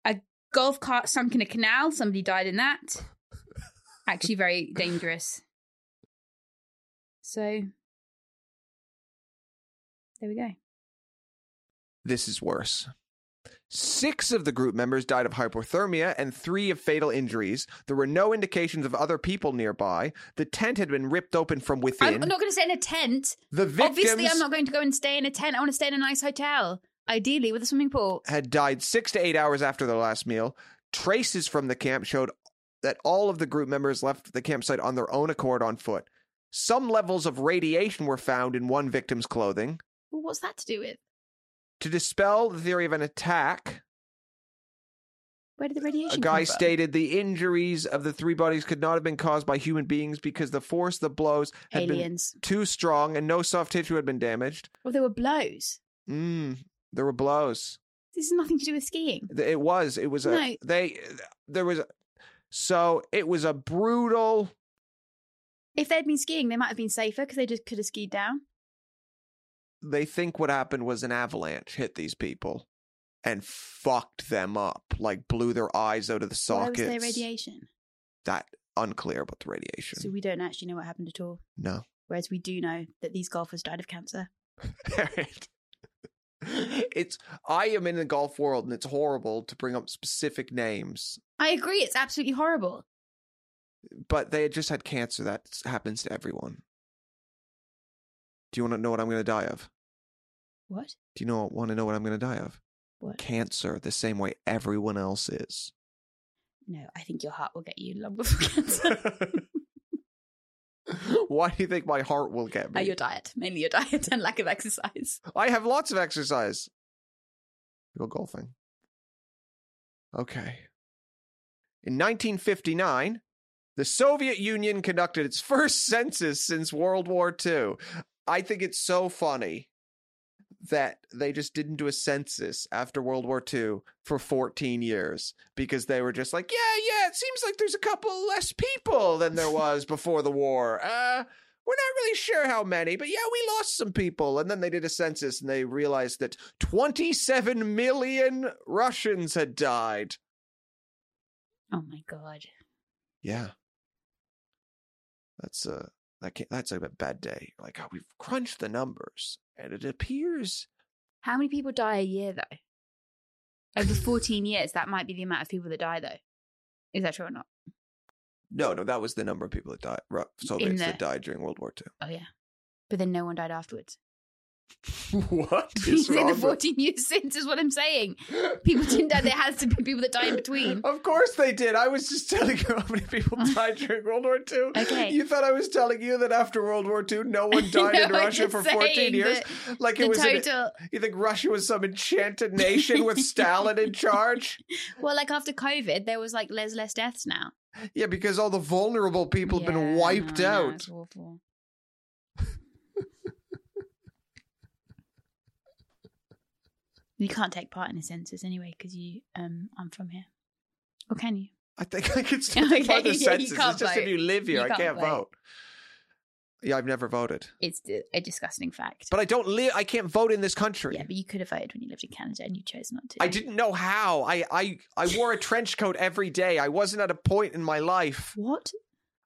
a golf cart sunk in a canal. Somebody died in that. Actually, very dangerous. So there we go.
This is worse. Six of the group members died of hypothermia and three of fatal injuries. There were no indications of other people nearby. The tent had been ripped open from within.
I'm not going to stay in a tent.
the victims
Obviously, I'm not going to go and stay in a tent. I want to stay in a nice hotel, ideally with a swimming pool.
had died six to eight hours after their last meal. Traces from the camp showed that all of the group members left the campsite on their own accord on foot. Some levels of radiation were found in one victim's clothing.
Well, what's that to do with?
To dispel the theory of an attack,
Where did the
a
radiation?
guy
come from?
stated the injuries of the three bodies could not have been caused by human beings because the force of the blows had been
Aliens.
too strong and no soft tissue had been damaged.
Well, there were blows.
Mm, there were blows.
This has nothing to do with skiing.
Th- It was. It was a
No.
they. There was. A, so it was a brutal.
If they'd been skiing, they might have been safer because they just could have skied down.
They think what happened was an avalanche hit these people, and fucked them up. Like blew their eyes out of the
Why
sockets.
was there radiation?
That unclear about the radiation.
So we don't actually know what happened at all.
no.
Whereas we do know that these golfers died of cancer.
Alright. It's I am in the golf world and it's horrible to bring up specific names,
I agree. It's absolutely horrible.
but they had just had cancer. That happens to everyone. Do you want to know what I'm going to die of?
What?
Do you know want to know what I'm going to die of?
What?
Cancer, the same way everyone else is. [laughs]
No, I think your heart will get you long before cancer.
[laughs]
[laughs]
Why do you think my heart will get
Uh,
me?
your diet, mainly your diet and lack
[laughs]
of exercise.
I have lots of exercise. Go golfing. Okay. In 1959, the Soviet Union conducted its [laughs] first census since World War II. I think it's so funny that they just didn't do a census after World War II for 14 years because they were just like, yeah, yeah, it seems like there's a couple less people than there was before the war. Uh, we're not really sure how many, but yeah, we lost some people. And then they did a census and they realized that 27 million Russians had died.
Oh my god.
Yeah. That's a that can that's a bad day. Like, oh, we've crunched the numbers and it appears
How many people die a year though? Over 14 years, that might be the amount of people that die though. Is that true or not?
no, no, that was the number of people that died, Ru- Soviets
the-
that died during World War
[laughs]
II.
Oh yeah. But then no one died afterwards. [laughs]
what
in the 14 years since is what
[laughs]
I'm saying. People didn't die. There has to be people that die in between.
Of course they did. I was just [laughs] telling you how many people
[laughs]
died during World War II.
Okay.
You thought I was telling you that after World War II, no
[laughs]
one died in
No, I'm
Russia
just
for 14
saying
years? Like
The
it was. an-
total.
you think Russia was some enchanted nation
[laughs]
with Stalin in charge?
Well, like after COVID, there was like there's less deaths now.
Yeah, because all the vulnerable people have
Yeah,
been wiped
no, I know,
out.
it's awful. you can't take part in a census anyway because you um aren't from here, or can you?
I think I can still okay,
[laughs] Okay,
the
yeah, you
census.
can't
It's just if
vote.
you live here,
You
I
can't
can't vote.
vote.
Yeah, I've never voted,
It's d- a disgusting fact.
but I don't live. I can't vote in this country.
yeah, but you could have voted when you lived in Canada and you chose not to.
I didn't know how. I, I I wore a trench coat every day. I wasn't at a point in my life
What?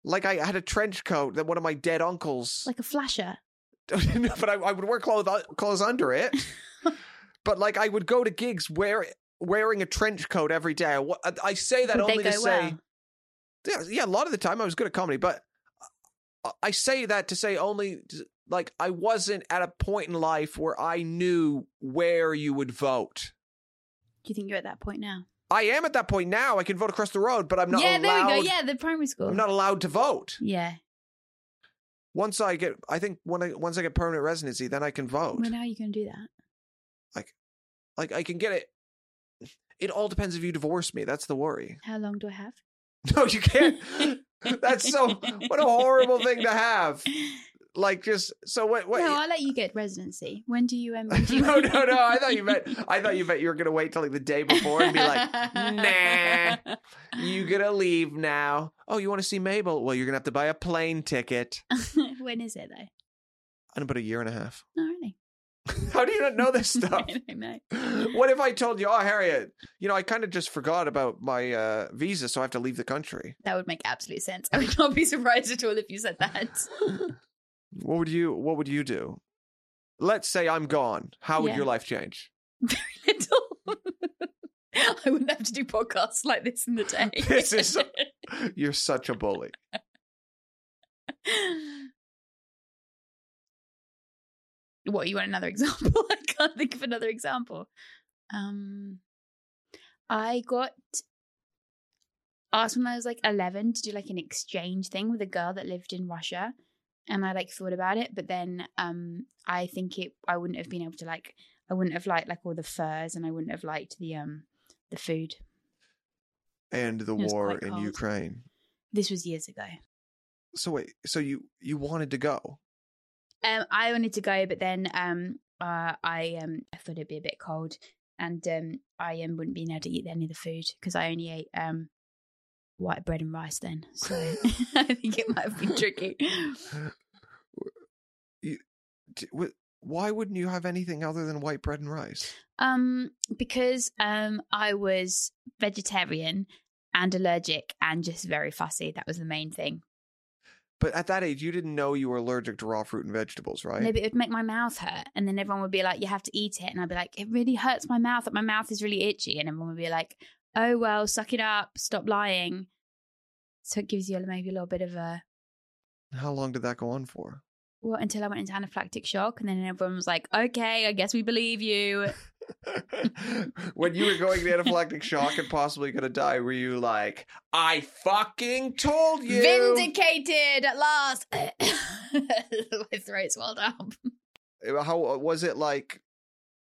like I had a trench coat that one of my dead uncles. [laughs]
Like a flasher?
No, but I, I would wear clothes uh, clothes under
[laughs]
it. but like I would go to gigs wear, wearing a trench coat every day. I, wa- I- I say that
Would they
only to
go
say,
well?
yeah, yeah. A lot of the time I was good at comedy, but I- I say that to say only like I wasn't at a point in life where I knew where you would vote.
Do you think you're at that point now?
I am at that point now. I can vote across the road, but I'm not
yeah,
allowed.
there we go. Yeah, the primary school.
I'm not allowed to vote.
yeah.
Once I get, I think when I once I get permanent residency, then I can vote.
Well, now you going to do that?
like I can get it. It all depends if you divorce me. That's the worry. [laughs]
How long do I have?
No, you can't. [laughs] That's so. What a horrible thing to have. Like just so. What? What?
No, I'll let you get residency. When do you?
[laughs]
Um, when do you-
no, no, no. I thought you
[laughs]
meant. I thought you meant you were gonna wait till like the day before and be like, "Nah." "You gonna leave now? Oh, you want to see Mabel? Well, you're gonna have to buy a plane ticket
[laughs] Uh-huh. when is it though?
in about a year and a half.
Not really. [laughs]
How do you not know this stuff?
I don't know.
[laughs] what if I told you, oh, Harriet, you know, I kind of just forgot about my uh, visa, so I have to leave the country?
That would make absolute sense. I would not be surprised at all if you said that. [laughs]
What would you What would you do? Let's say I'm gone. How would
Yeah.
your life change? [laughs]
Little. [laughs] I wouldn't have to do podcasts like this in the day.
This is- You're such a bully.
[laughs] what you want another example? I can't think of another example. Um, I got asked when I was like eleven to do like an exchange thing with a girl that lived in Russia, and I like thought about it, but then um, I think it I wouldn't have been able to like I wouldn't have liked like all the furs, and I wouldn't have liked the um the food.
And the
It was
war
quite
in
cold.
Ukraine.
This was years ago.
So wait, so you you wanted to go?
Um, I wanted to go, but then um, uh, I um, I thought it'd be a bit cold, and um, I um, wouldn't be able to eat any of the food because I only ate um, white bread and rice then. So [laughs] I think it might have been tricky.
D- wh- Why wouldn't you have anything other than white bread and rice?
Um, because um, I was vegetarian and allergic and just very fussy. That was the main thing.
But at that age, you didn't know you were allergic to raw fruit and vegetables, right?
No, but it would make my mouth hurt, and then everyone would be like, "You have to eat it," and I'd be like, "It really hurts my mouth. Like my mouth is really itchy," and everyone would be like, "Oh well, suck it up. Stop lying." So it gives you maybe a little bit of a
How long did that go on for?
well until I went into anaphylactic shock, and then everyone was like, "Okay, I guess we believe you." [laughs]
when you were going to anaphylactic shock and possibly going to die, were you like, I fucking told you?
Vindicated at last. [coughs] my throat's welled up.
How uh, was it like?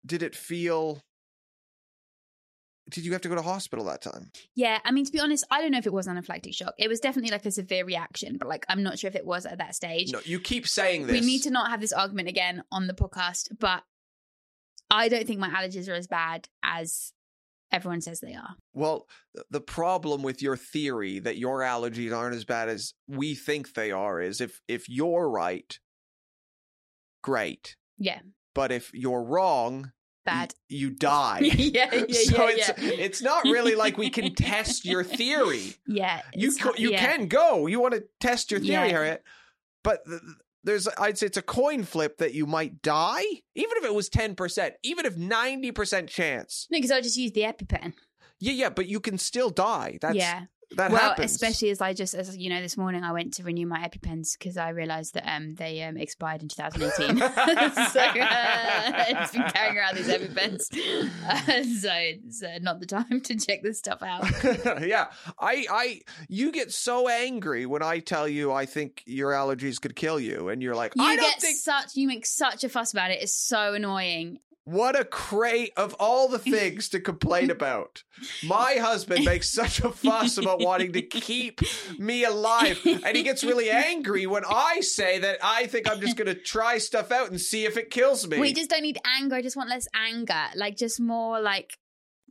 Did it feel. Did you have to go to hospital that time?
Yeah, I mean to be honest, I don't know if it was anaphylactic shock. It was definitely like a severe reaction, but like I'm not sure if it was at that stage.
No, you keep saying
We need to not have this argument again on the podcast, but I don't think my allergies are as bad as everyone says they are.
Well, th- the problem with your theory that your allergies aren't as bad as we think they are is if if you're right, great.
Yeah.
But if you're wrong, y-
Bad.
you
[laughs]
die.
yeah,
[laughs]
yeah, yeah,
so
yeah.
it's it's not really like we can test
[laughs]
your theory.
yeah,
You
it's-
co- you
yeah.
can go. You want to test your theory,
Yeah.
Harriet, but th- th- there's I'd say it's a coin flip that you might die, even if it was ten percent, even if ninety percent chance.
No, because I just use the EpiPen.
Yeah, yeah, but you can still die. That's
yeah.
that
well,
happens.
especially as I just, as you know, this morning I went to renew my EpiPens because I realised that um, they um, expired
[laughs]
in 2018. [laughs] so uh, I've just been carrying around these EpiPens. [laughs] Uh, so it's uh, not the time to check this stuff out.
[laughs] yeah, I, I, you get so angry when I tell you I think your allergies could kill you, and you're like,
You
I don't
get
think.
such you make such a fuss about it. It's so annoying.
What a crate of all the things to
[laughs]
complain about. My husband makes such a fuss about wanting to keep me alive, and he gets really angry when I say that I think I'm just going to try stuff out and see if it kills me.
We just don't need anger. I just want less anger. Like just more like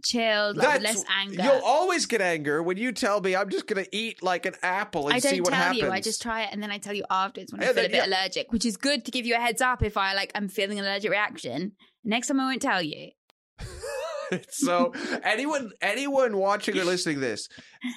chilled, like,
That's-
less anger.
You'll always get anger when you tell me I'm just going to eat like an apple and
I
see
don't
what
tell
happens.
you. I just try it, and then I tell you afterwards when I
Yeah,
feel
that-
a bit
yeah.
allergic, which is good to give you a heads up if I like I'm feeling an allergic reaction. Next time I won't tell you.
[laughs] so anyone anyone watching or listening to this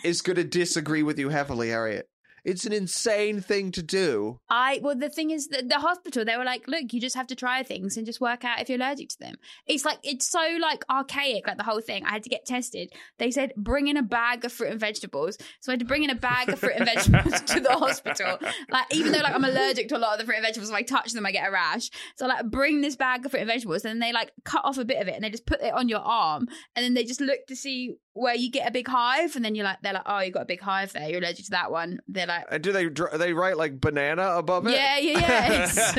is going to disagree with you heavily, Harriet. It's an insane thing to do.
I well, the thing is, the, the hospital they were like, look, you just have to try things and just work out if you're allergic to them. It's like it's so like archaic, like the whole thing. I had to get tested. They said bring in a bag of fruit and vegetables, so I had to bring in a bag of fruit and vegetables [laughs] to the hospital. Like even though like I'm allergic to a lot of the fruit and vegetables, if I touch them, I get a rash. So like bring this bag of fruit and vegetables, and they like cut off a bit of it and they just put it on your arm, and then they just look to see where you get a big hive, and then you're like, they're like, oh, you got a big hive there. You're allergic to that one. They're like.
And Uh, do they dr- they write like banana above it?
Yeah, yeah, yeah.
[laughs]
It's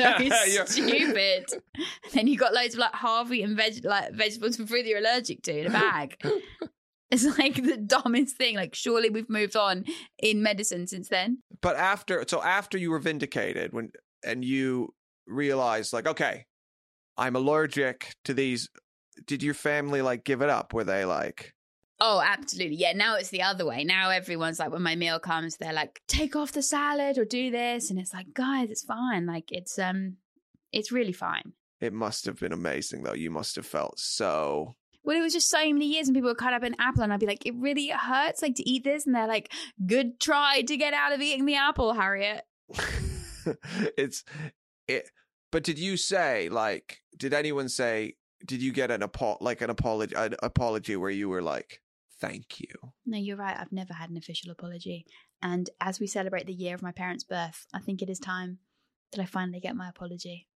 Yeah.
so stupid. And then you got loads of like Harvey and veg- like vegetables for fruit that you're allergic to in a bag.
[laughs]
it's like the dumbest thing. Like, surely we've moved on in medicine since then.
But after so after you were vindicated when and you realized like okay, I'm allergic to these. Did your family like give it up? Were they like
Oh, absolutely. Yeah, now it's the other way. Now everyone's like, when my meal comes, they're like, take off the salad or do this, and it's like, guys, it's fine. Like, it's um, it's really fine.
It must have been amazing, though. You must have felt so. [laughs]
Well, it was just so many years, and people would cut up an apple, and I'd be like, "It really hurts, like to eat this," and they're like, "Good try to get out of eating the apple, Harriet."
it's it. But did you say like? Did anyone say? Did you get an apo- like an apology? An apology where you were like, "Thank you."
No, you're right. I've never had an official apology, and as we celebrate the year of my parents' birth, I think it is time that I finally get my apology.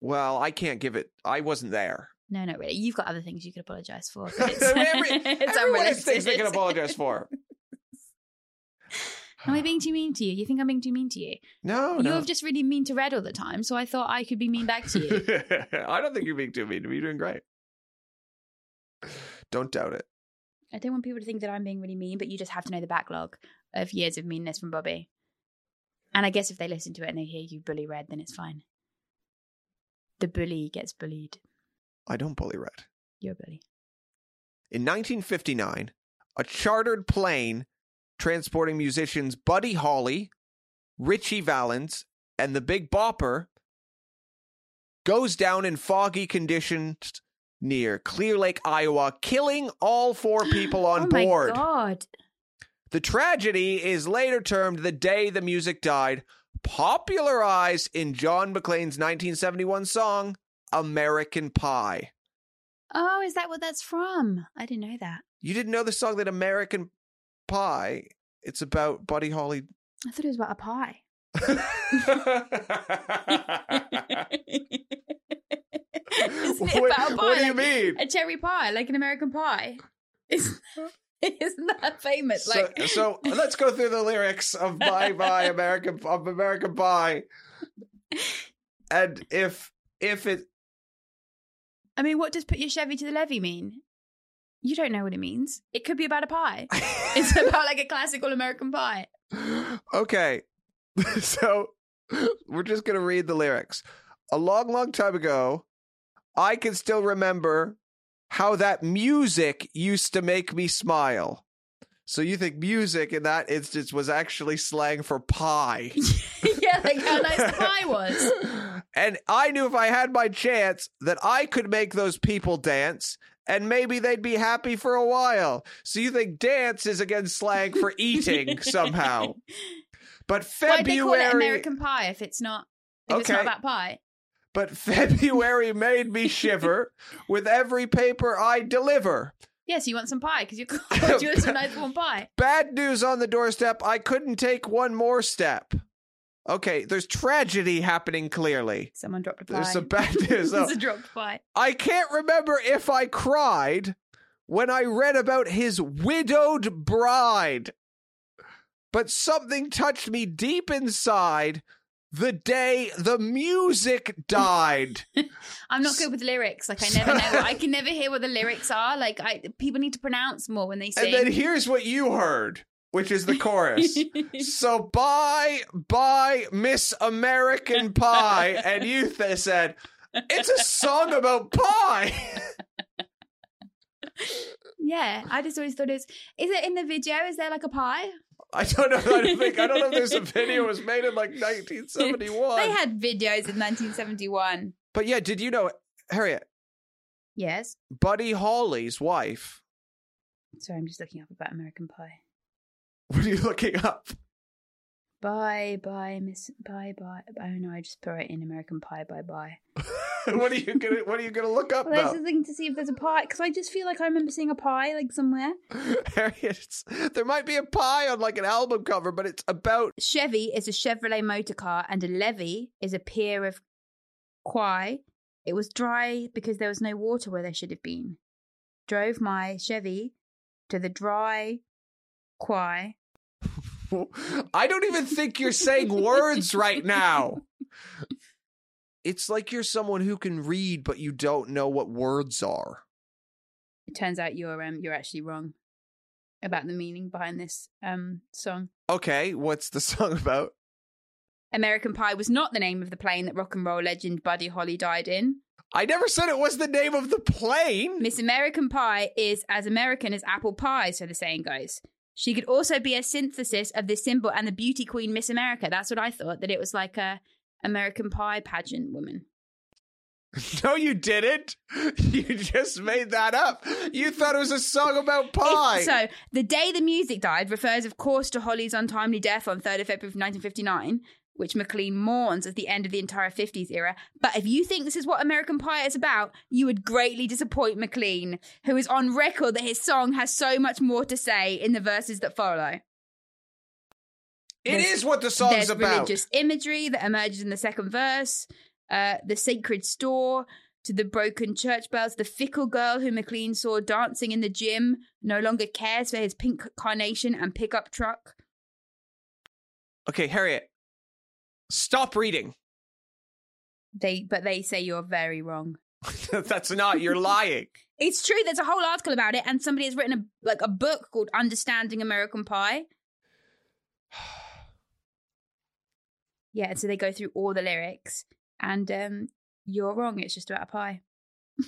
Well, I can't give it. I wasn't there.
No, not really. You've got other things you could apologize for. but
[laughs]
It's,
Every,
[laughs] it's
everyone has things they can
unrelated.
apologize
[laughs]
for.
Am I being too mean to you? You think I'm being too mean to you?
Oh, No,
You're
no.
just really mean to Red all the time, so I thought I could be mean back to
[laughs]
you.
I don't think you're being too mean. You're doing great. Don't doubt it.
I don't want people to think that I'm being really mean, but you just have to know the backlog of years of meanness from Bobby. And I guess if they listen to it and they hear you bully Red, then it's fine. The bully gets bullied.
I don't bully red.
You're a bully.
In 1959, a chartered plane transporting musicians Buddy Holly, Richie Valens, and the Big Bopper goes down in foggy conditions near Clear Lake, Iowa, killing all four people on
[gasps] oh
board.
My God.
The tragedy is later termed The Day the Music Died, popularized in John McClane's 1971 song, American Pie.
Oh, is that what that's from? I didn't know that.
You didn't know the song that American Pie, it's about Buddy Holly. [laughs]
I thought it was about a pie. [laughs] Isn't it
What-
about a pie?
what do you
Like,
mean?
A cherry pie, like an American pie. [laughs] Isn't isn't that famous?
so,
like
[laughs] so let's go through the lyrics of Bye Bye American of American Pie. And if if it
I mean, what does put your Chevy to the levy mean? You don't know what it means. It could be about
[laughs]
a pie. it's about like a classical American pie. [laughs]
[laughs] okay. so we're just going to read the lyrics. A long, long time ago, I can still remember how that music used to make me smile. So you think music in that instance was actually slang for pie.
yeah, like how nice the pie was.
and I knew if I had my chance that I could make those people dance and maybe they'd be happy for a while. So you think dance is again slang for eating somehow. But
Why'd they
February
call it American pie if it's not if it's not
Okay.
about pie?
But February made me shiver with every paper I deliver.
Yes, you want some pie
[laughs]
because you're [laughs] called you want some nice warm pie.
Bad news on the doorstep. I couldn't take one more step. Okay, there's tragedy happening clearly.
Someone dropped a pie. [laughs]
There's some bad news. Oh,
There's
So,
a dropped pie.
I can't remember if I cried when I read about his widowed bride, but something touched me deep inside the day the music
[laughs]
died.
I'm not good with lyrics. Like I
[laughs]
never know. I can never hear what the lyrics are. Like I people need to pronounce more when they sing.
And then here's what you heard, which is the
[laughs]
chorus. so bye, bye, Miss American Pie. And you
[laughs]
th- said, it's a song about pie. [laughs]
yeah, I just always thought it was. Is it in the video? Is there like a pie?
I don't know. I don't think. I don't know if there's a video. It was made in like 1971.
[laughs] They had videos in 1971.
but yeah, did you know, Harriet,
Yes.
Buddy Holly's wife? [laughs]
Sorry, I'm just looking up about American Pie.
What are you looking up? [laughs]
Bye bye, Miss. Bye bye. Oh no, I just put it in American Pie. Bye bye.
what are you gonna What are you gonna look up
Well, I was
now,
just looking to see if there's a pie because I just feel like I remember seeing a pie like somewhere.
[laughs] Harriet? It's, there might be a pie on like an album cover, but it's about [laughs]
Chevy is a Chevrolet motor car, and a levee is a pier of quay. It was dry because there was no water where there should have been. Drove my Chevy to the dry quay.
I don't even think you're saying words right now. It's like you're someone who can read, but you don't know what words are.
It turns out you're um, you're actually wrong about the meaning behind this um song.
Okay, what's the [laughs] song about?
American Pie was not the name of the plane that rock and roll legend Buddy Holly died in.
I never said it was the name of the plane.
Miss American Pie is as American as apple pie, so the saying goes. She could also be a synthesis of this symbol and the beauty queen Miss America. That's what I thought, that it was like a American Pie pageant woman.
No, you didn't. You just made that up. You thought it was a song about pie.
So, The Day the Music Died refers, of course, to Holly's untimely death on 3rd of February 1959, which McLean mourns as the end of the entire 50s era. But if you think this is what American Pie is about, you would greatly disappoint McLean, who is on record that his song has so much more to say in the verses that follow.
it
there's-
is what the song's
There's
about.
religious imagery that emerges in the second verse, uh, the sacred store to the broken church bells, the fickle girl who McLean saw dancing in the gym no longer cares for his pink carnation and pickup truck.
Okay, Harriet, stop reading. [laughs]
They but they say you're very wrong.
That's not. You're lying. [laughs]
It's true. There's a whole article about it, and somebody has written a like a book called Understanding American Pie. [sighs] Yeah, and so they go through all the lyrics, and um, you're wrong. It's just about a pie. [laughs]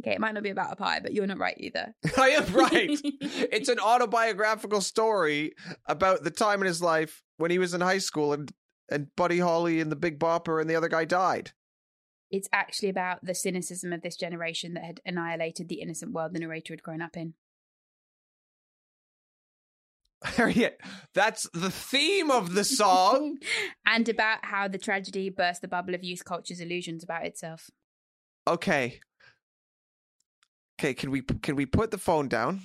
okay, it might not be about a pie, but you're not right either.
I am
[laughs]
right. it's an autobiographical story about the time in his life when he was in high school and and Buddy Holly and the Big Bopper and the other guy died. [laughs]
It's actually about the cynicism of this generation that had annihilated the innocent world the narrator had grown up in.
Harriet, that's the theme of the song.
[laughs] and about how the tragedy burst the bubble of youth culture's illusions about itself.
okay. Okay, can we can we put the phone down?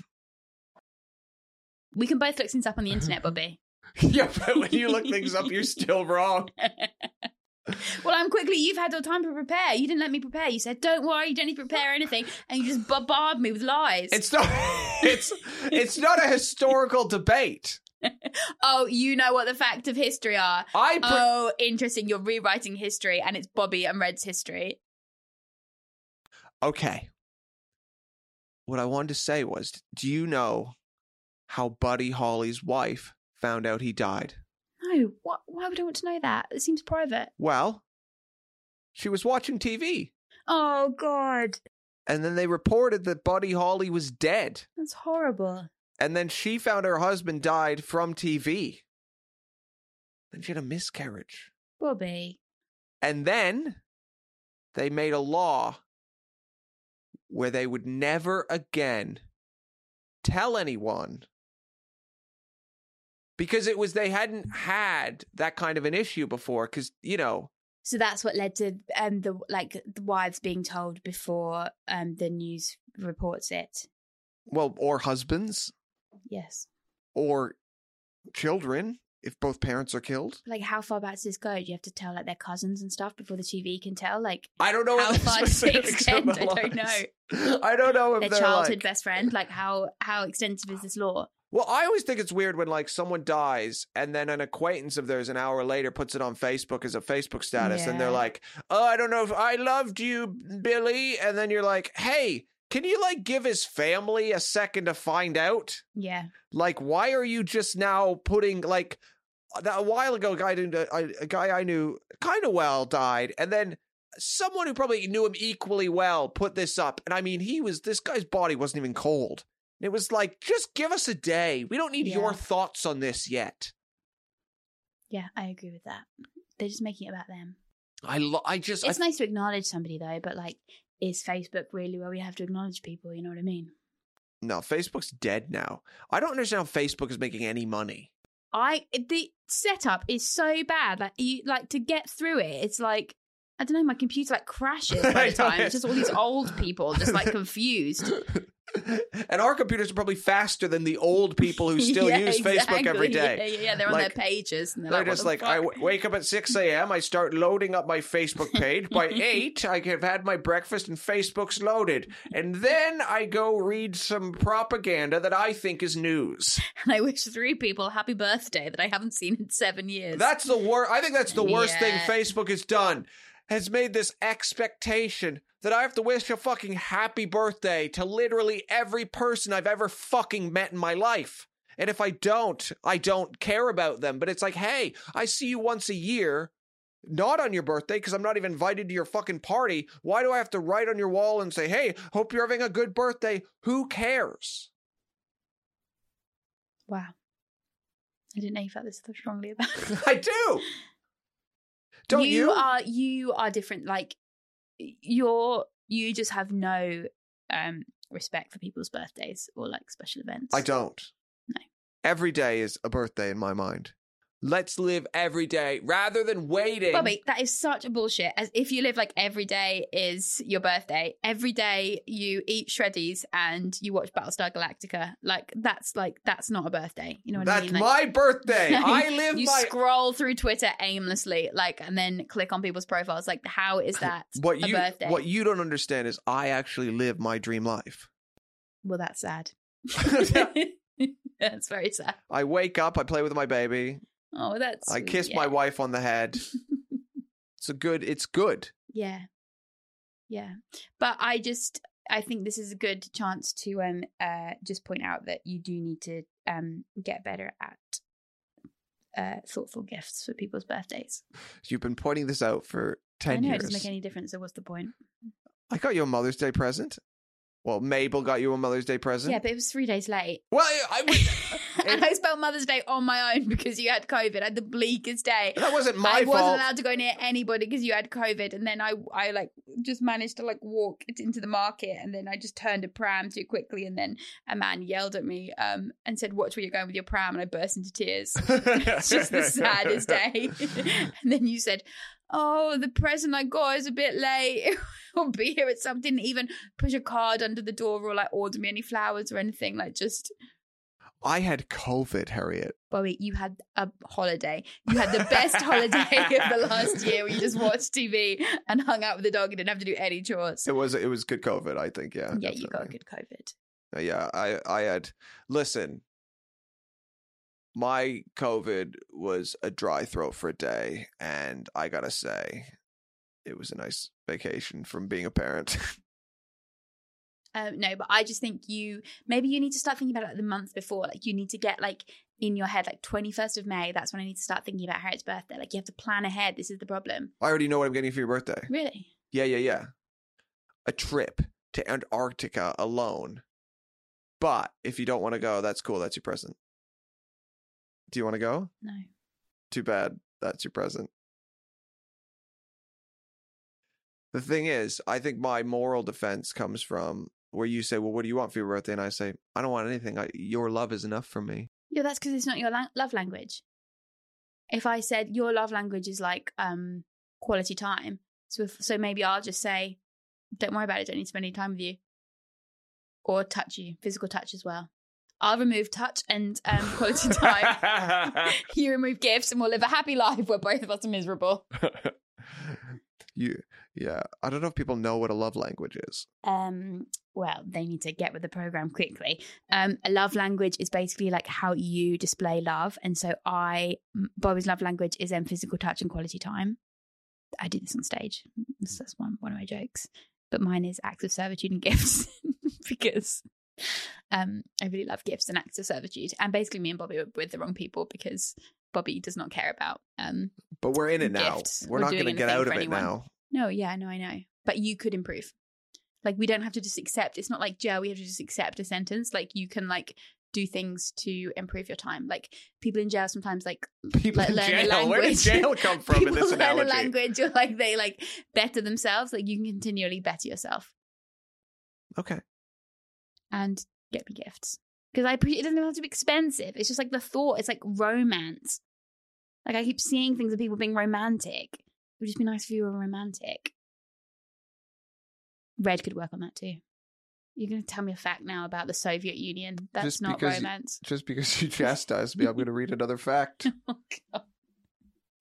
We can both look things up on the internet, Bobby.
[laughs] yeah, but when you look things up, you're still wrong.
Well, I'm quickly. You've had all time to prepare. You didn't let me prepare. You said, "Don't worry, you don't need to prepare anything," and you just bombard me with lies.
It's not it's it's not a historical debate.
oh, you know what the facts of history are.
I pre-
Oh, interesting. You're rewriting history, and it's Bobby and Red's history.
Okay. What I wanted to say was, do you know how Buddy Holly's wife found out he died?
No, what? Why would I want to know that? It seems private.
Well, she was watching TV,
Oh God,
and then they reported that Buddy Holly was dead,
that's horrible.
and then she found her husband died from TV. Then she had a miscarriage.
Bobby,
And then they made a law where they would never again tell anyone because it was they
Mm.
hadn't had that kind of an issue before cuz you know
So that's what led to um the like the wives being told before um the news reports it.
well or husbands
Yes.
or children if both parents are killed
Like, how far back does this go? Do you have to tell like their cousins and stuff before the TV can tell? Like
I don't know
[laughs]
[laughs]
How
what the
far to
specifics
extend,
of the
I don't
law is. I don't know if
their
they're
childhood
like-
best friend? Like, how how extensive is this law?
Well, I always think it's weird when like someone dies and then an acquaintance of theirs an hour later puts it on Facebook as a Facebook status and they're
Yeah.
like, "Oh, I don't know if I loved you, Billy." And then you're like, "Hey, can you like give his family a second to find out?
Yeah,
Like, why are you just now putting like uh, that a while ago a guy did a, a guy I knew kind of well died and then someone who probably knew him equally well put this up and I mean he was this guy's body wasn't even cold. And It was like just give us a day. We don't need
Yeah.
your thoughts on this yet.
yeah, I agree with that. They're just making it about them.
I lo- I just I,
It's nice to acknowledge somebody though, but like, is Facebook really where we have to acknowledge people? You know what I mean?
no Facebook's dead now. I don't understand how Facebook is making any money. [laughs]
I the setup is so bad. Like you like to get through it. It's like I don't know. My computer like [laughs] crashes
I
by
know,
the time. It's
yes.
just all these old people just [laughs] like confused.
and our computers are probably faster than the old people
[laughs]
who still
Yeah,
use Facebook every
exactly.
day.
Yeah, yeah, yeah. They're
Like,
on their pages. And they're,
They're
like, what
just
the
like, I
fuck?
w- wake up at 6 a.m., I start loading up my Facebook page. By 8, I have had my breakfast and Facebook's loaded. And then I go read some propaganda that I think is news.
and I wish three people happy birthday that I haven't seen in seven years.
That's the worst. I think that's the worst thing
Yeah.
Facebook has done, has made this expectation that I have to wish a fucking happy birthday to literally every person I've ever fucking met in my life. And if I don't, I don't care about them. But it's like, hey, I see you once a year, not on your birthday, because I'm not even invited to your fucking party. Why do I have to write on your wall and say, hey, hope you're having a good birthday? Who cares? [laughs]
wow. I didn't know you felt this so strongly about.
I do. [laughs] Don't you?
are you are different. Like you're you just have no um respect for people's birthdays or like special events.
I don't.
No.
Every day is a birthday in my mind. Let's live every day rather than waiting.
Bobby, that is such a bullshit. As if you live like every day is your birthday, every day you eat shreddies and you watch Battlestar Galactica. Like that's like that's not a birthday. You know what I
That's
mean? Like,
my
[laughs]
birthday. I [laughs] live
you
my.
scroll through Twitter aimlessly, like, and then click on people's profiles. Like,
[laughs]
how is that
what
a
you
birthday?
what you don't understand is I actually live my dream life.
well,
[laughs]
that's sad. [laughs] that's very sad.
I wake up, I play with my baby,
Oh, that's.
I kiss
yeah.
my wife on the
[laughs]
head. It's a good. It's good.
Yeah. Yeah. But I just I think this is a good chance to um uh just point out that you do need to um get better at uh thoughtful gifts for people's birthdays.
You've been pointing this out for
I
ten
know it
years.
doesn't make any difference, so what's the point?
I got you a Mother's Day present. Well, Mabel got you a Mother's Day present.
Yeah, but it was three days late.
Well, I, I-
and I spelled Mother's Day on my own because you had COVID. I had the bleakest day.
that wasn't my
[laughs] I
fault.
wasn't allowed to go near anybody because you had COVID, and then I, I like just managed to like walk it into the market, and then I just turned a pram too quickly, and then a man yelled at me um, and said, "Watch where you're going with your pram," and I burst into tears. it's
[laughs]
just the saddest day. [laughs] and then you said, "Oh, the present I got is a bit late. [laughs] I'll be here at some." Didn't even push a card under the door or like order me any flowers or anything. Like just
I had COVID, Harriet.
Bobby, you had a holiday. You had the best holiday of the last year where you just watched TV and hung out with the dog and didn't have to do any chores.
It was it was good COVID, I think. Yeah.
yeah, you got
definitely.
good COVID.
Uh, Yeah, I I had listen. My COVID was a dry throat for a day, and I gotta say, it was a nice vacation from being a parent. [laughs]
Um, no, but I just think you maybe you need to start thinking about it like the month before. Like you need to get like in your head like twenty first of May. That's when I need to start thinking about Harriet's birthday. Like you have to plan ahead. This is the problem.
I already know what I'm getting for your birthday.
Really?
Yeah, yeah, yeah. A trip to Antarctica alone. But if you don't want to go, that's cool. That's your present. Do you want to go?
No.
Too bad. That's your present. The thing is, I think my moral defense comes from where you say, Well, what do you want for your birthday? And I say, I don't want anything. I, your love is enough for me. [laughs]
Yeah, that's because it's not your lang- love language. If I said your love language is like um quality time, so if, so maybe I'll just say, don't worry about it. Don't need to spend any time with you, or touch you, physical touch as well. I'll remove touch and um, quality time. [laughs] you remove gifts, and we'll live a happy life where both of us are miserable.
you, yeah. I don't know if people know what a love language is.
um well they need to get with the program quickly um a love language is basically like how you display love and so i m- bobby's love language is um physical touch and quality time i do this on stage that's, that's one one of my jokes but mine is acts of servitude and gifts [laughs] because um i really love gifts and acts of servitude and basically me and bobby were with the wrong people because bobby does not care about um
But we're in it now.
Gifts.
We're,
We're
not
doing
going to get
anything
out
for
of
anyone.
it now.
no, yeah, no, I know. But you could improve. Like we don't have to just accept. It's not like jail. We have to just accept a sentence. Like you can like do things to improve your time. Like people in jail sometimes like
People
Like,
in
learn a
jail. Where did
language.
jail come from in
[laughs] people
this
learn a
analogy?
language or like they like better themselves. Like you can continually better yourself
Okay.
and get me gifts because I appreciate it doesn't have to be expensive. It's just like the thought. It's like romance. Like I keep seeing things of people being romantic. It would just be nice if you were romantic. Red could work on that too. You're going to tell me a fact now about the Soviet Union. That's
Just
not
because you-
romance.
Just because you chastised me, I'm going to read another fact.
[laughs] Oh, God.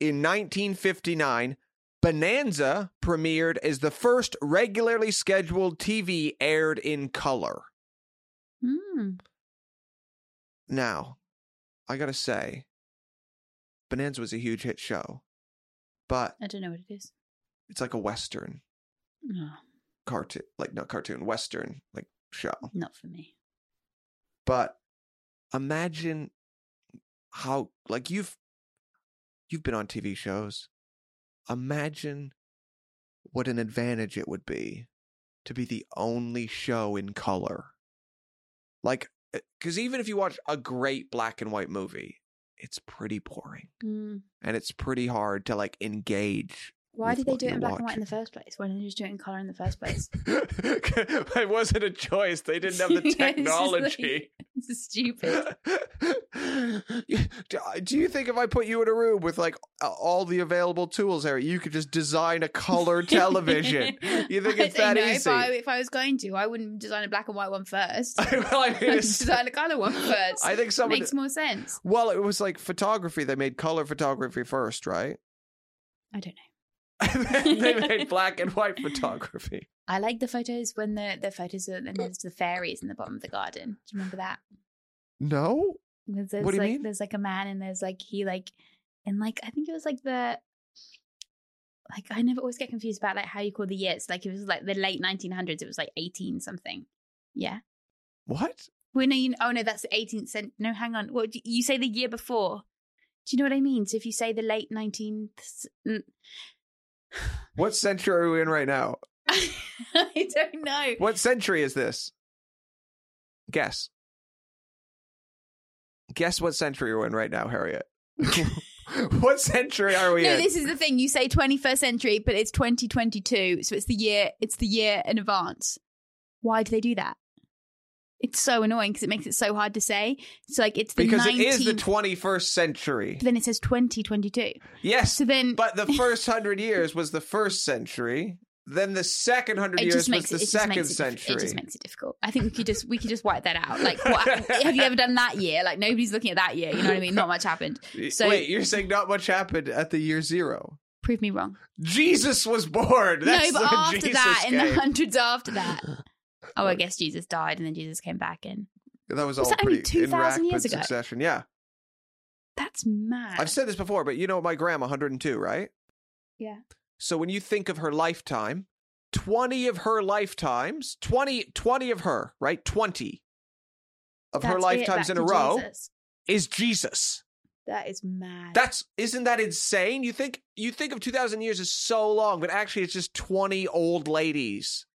In 1959, Bonanza premiered as the first regularly scheduled TV aired in color.
Hmm.
Now, I got to say, Bonanza was a huge hit show, but
I don't know what it is. Ah,
it's like a Western
No,
cartoon, like not cartoon, Western like show.
not for me.
but imagine how like you've you've been on TV shows. Imagine what an advantage it would be to be the only show in color. Like cuz even if you watch a great black and white movie, it's pretty boring
Mm.
and it's pretty hard to like engage
Why
with
did they
what
do it
you
in black and
watch.
white in the first place? Why didn't they just do it in color in the first place?
[laughs] it wasn't a choice. They didn't have
[laughs] Yeah,
the
it's just like- [laughs]
technology.
this
[laughs]
is stupid.
Do- Do you think if I put you in a room with like a- all the available tools, Harry, you could just design a
[laughs]
color television? You think
I
it's that
no, If
easy?
I,
[laughs]
if I was going to, I wouldn't design a black and white one first. [laughs] I'd
well, I mean, it's-
design a
[laughs]
color one first.
I think someone.
Makes more sense.
well, it was like photography. They made color photography first, right?
I don't
[laughs]
know.
And then they
[laughs]
made black and white photography.
I like the photos when the the photos are and there's the fairies in the bottom of the garden. Do you remember that?
No,
There's, there's
What do you
like
mean?
there's like a man and there's like he like and like I think it was like the like I never always get confused about like how you call the years. Like it was like the late 1900s. It was like 18 something. Yeah.
what?
Well, no, you, oh no, that's the 18th century. No, hang on. What do you- you say the year before? Do you know what I mean? So if you say the late 19th, c- n- [laughs]
What century are we in right now?
I don't know.
What century is this? Guess. Guess what century we're in right now,
[laughs]
Harriet. what century are we
No,
in?
this is the thing. You say 21st century, but it's 2022, so it's the year. It's the year in advance. Why do they do that? It's so annoying because it makes it so hard to say. It's like it's the
because
19th,
it is the 21st century.
but then it says 2022.
Yes,
So then
but
[laughs]
the first hundred years was the first century. Then the second hundred
it
years was
just makes
the
it, it just
second
makes it diff-
century.
It just makes it difficult. I think we could just we could just wipe that out. Like, what,
[laughs]
have you ever done that year? Like nobody's looking at that year. You know what I mean? Not much happened. so-
Wait, you're saying not much happened at the year zero?
Prove me wrong.
Jesus was born. That's
no, but
the
after
Jesus
that, in the
game.
hundreds
[laughs]
after that. Oh, I guess Jesus died and then Jesus came back in.
that was,
Was
all
that only
pretty in
2,000 years
rapid
ago?
succession. Yeah.
That's mad.
I've said this before, but you know my grandma, 102, right?
Yeah.
So when you think of her lifetime, 20 of her lifetimes, 20, 20 of her, right? 20 of her
That's it,
lifetimes
back
in a
to
row
Jesus.
is Jesus.
That is mad.
That's isn't that insane? You think you think of 2000 years as so long, but actually it's just 20 old ladies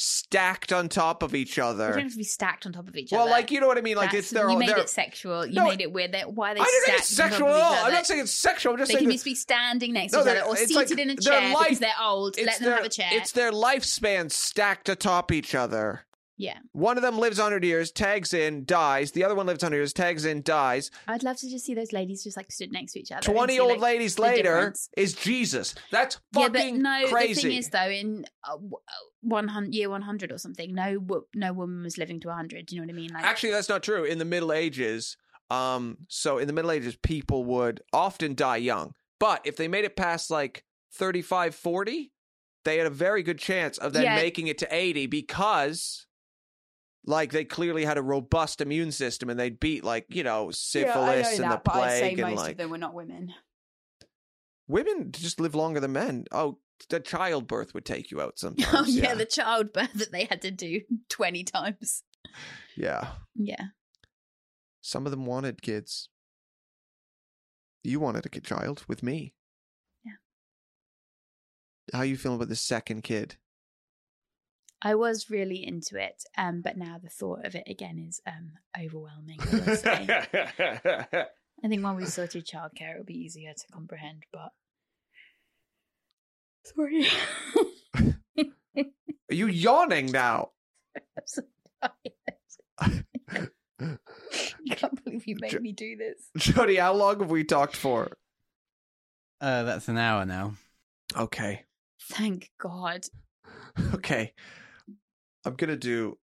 stacked on top of each
they don't
other.
have to be stacked on top of each
Well,
other.
like you know what I mean? Like
That's-
it's their
you
own
made
their-
it sexual. You
No,
made it weird. That why they
I didn't think
stacked
it's
on top
sexual
of
at
each
all.
other.
I'm not saying it's sexual. I'm just
they
saying
can
that-
just be standing next
No,
to each other
they're-
or
it's
seated
like
in a
their
chair
life-
because they're old.
it's
Let them
their,
have a chair.
It's their lifespan stacked atop each other.
yeah,
One of them lives 100 years, tags in, dies. The other one lives 100 years, tags in, dies.
I'd love to just see those ladies just like stood next to each other. and
20
see,
old
like-
ladies
the
later
difference.
is Jesus. That's
Yeah,
fucking
but no.
crazy.
The thing is, though, in uh, one hundred year one hundred or something, no, wo- no woman was living to hundred. Do you know what I mean? Like,
Actually, that's not true. In the Middle Ages, um, so in the Middle Ages, people would often die young. But if they made it past like 35, 40, they had a very good chance of then
Yeah.
making it to 80 because like they clearly had a robust immune system and they'd beat like, you know, syphilis and the plague and like
were not women.
women just live longer than men. Oh, the childbirth would take you out sometimes.
[laughs] Oh yeah,
yeah.
the childbirth that they had to do [laughs] twenty times.
yeah.
Yeah,
Some of them wanted kids. You wanted a kid child with me.
Yeah.
How you feeling about the second kid?
I was really into it, um, but now the thought of it again is um, overwhelming. I, will say. [laughs] I think when we sorted childcare, it'll be easier to comprehend. But [laughs] sorry,
Are
[laughs]
you yawning now? [laughs]
I'm so tired. I can't believe you made me do this.
Jody, how long have we talked for?
Uh, that's an hour now.
Okay.
Thank God.
Okay. I'm going to do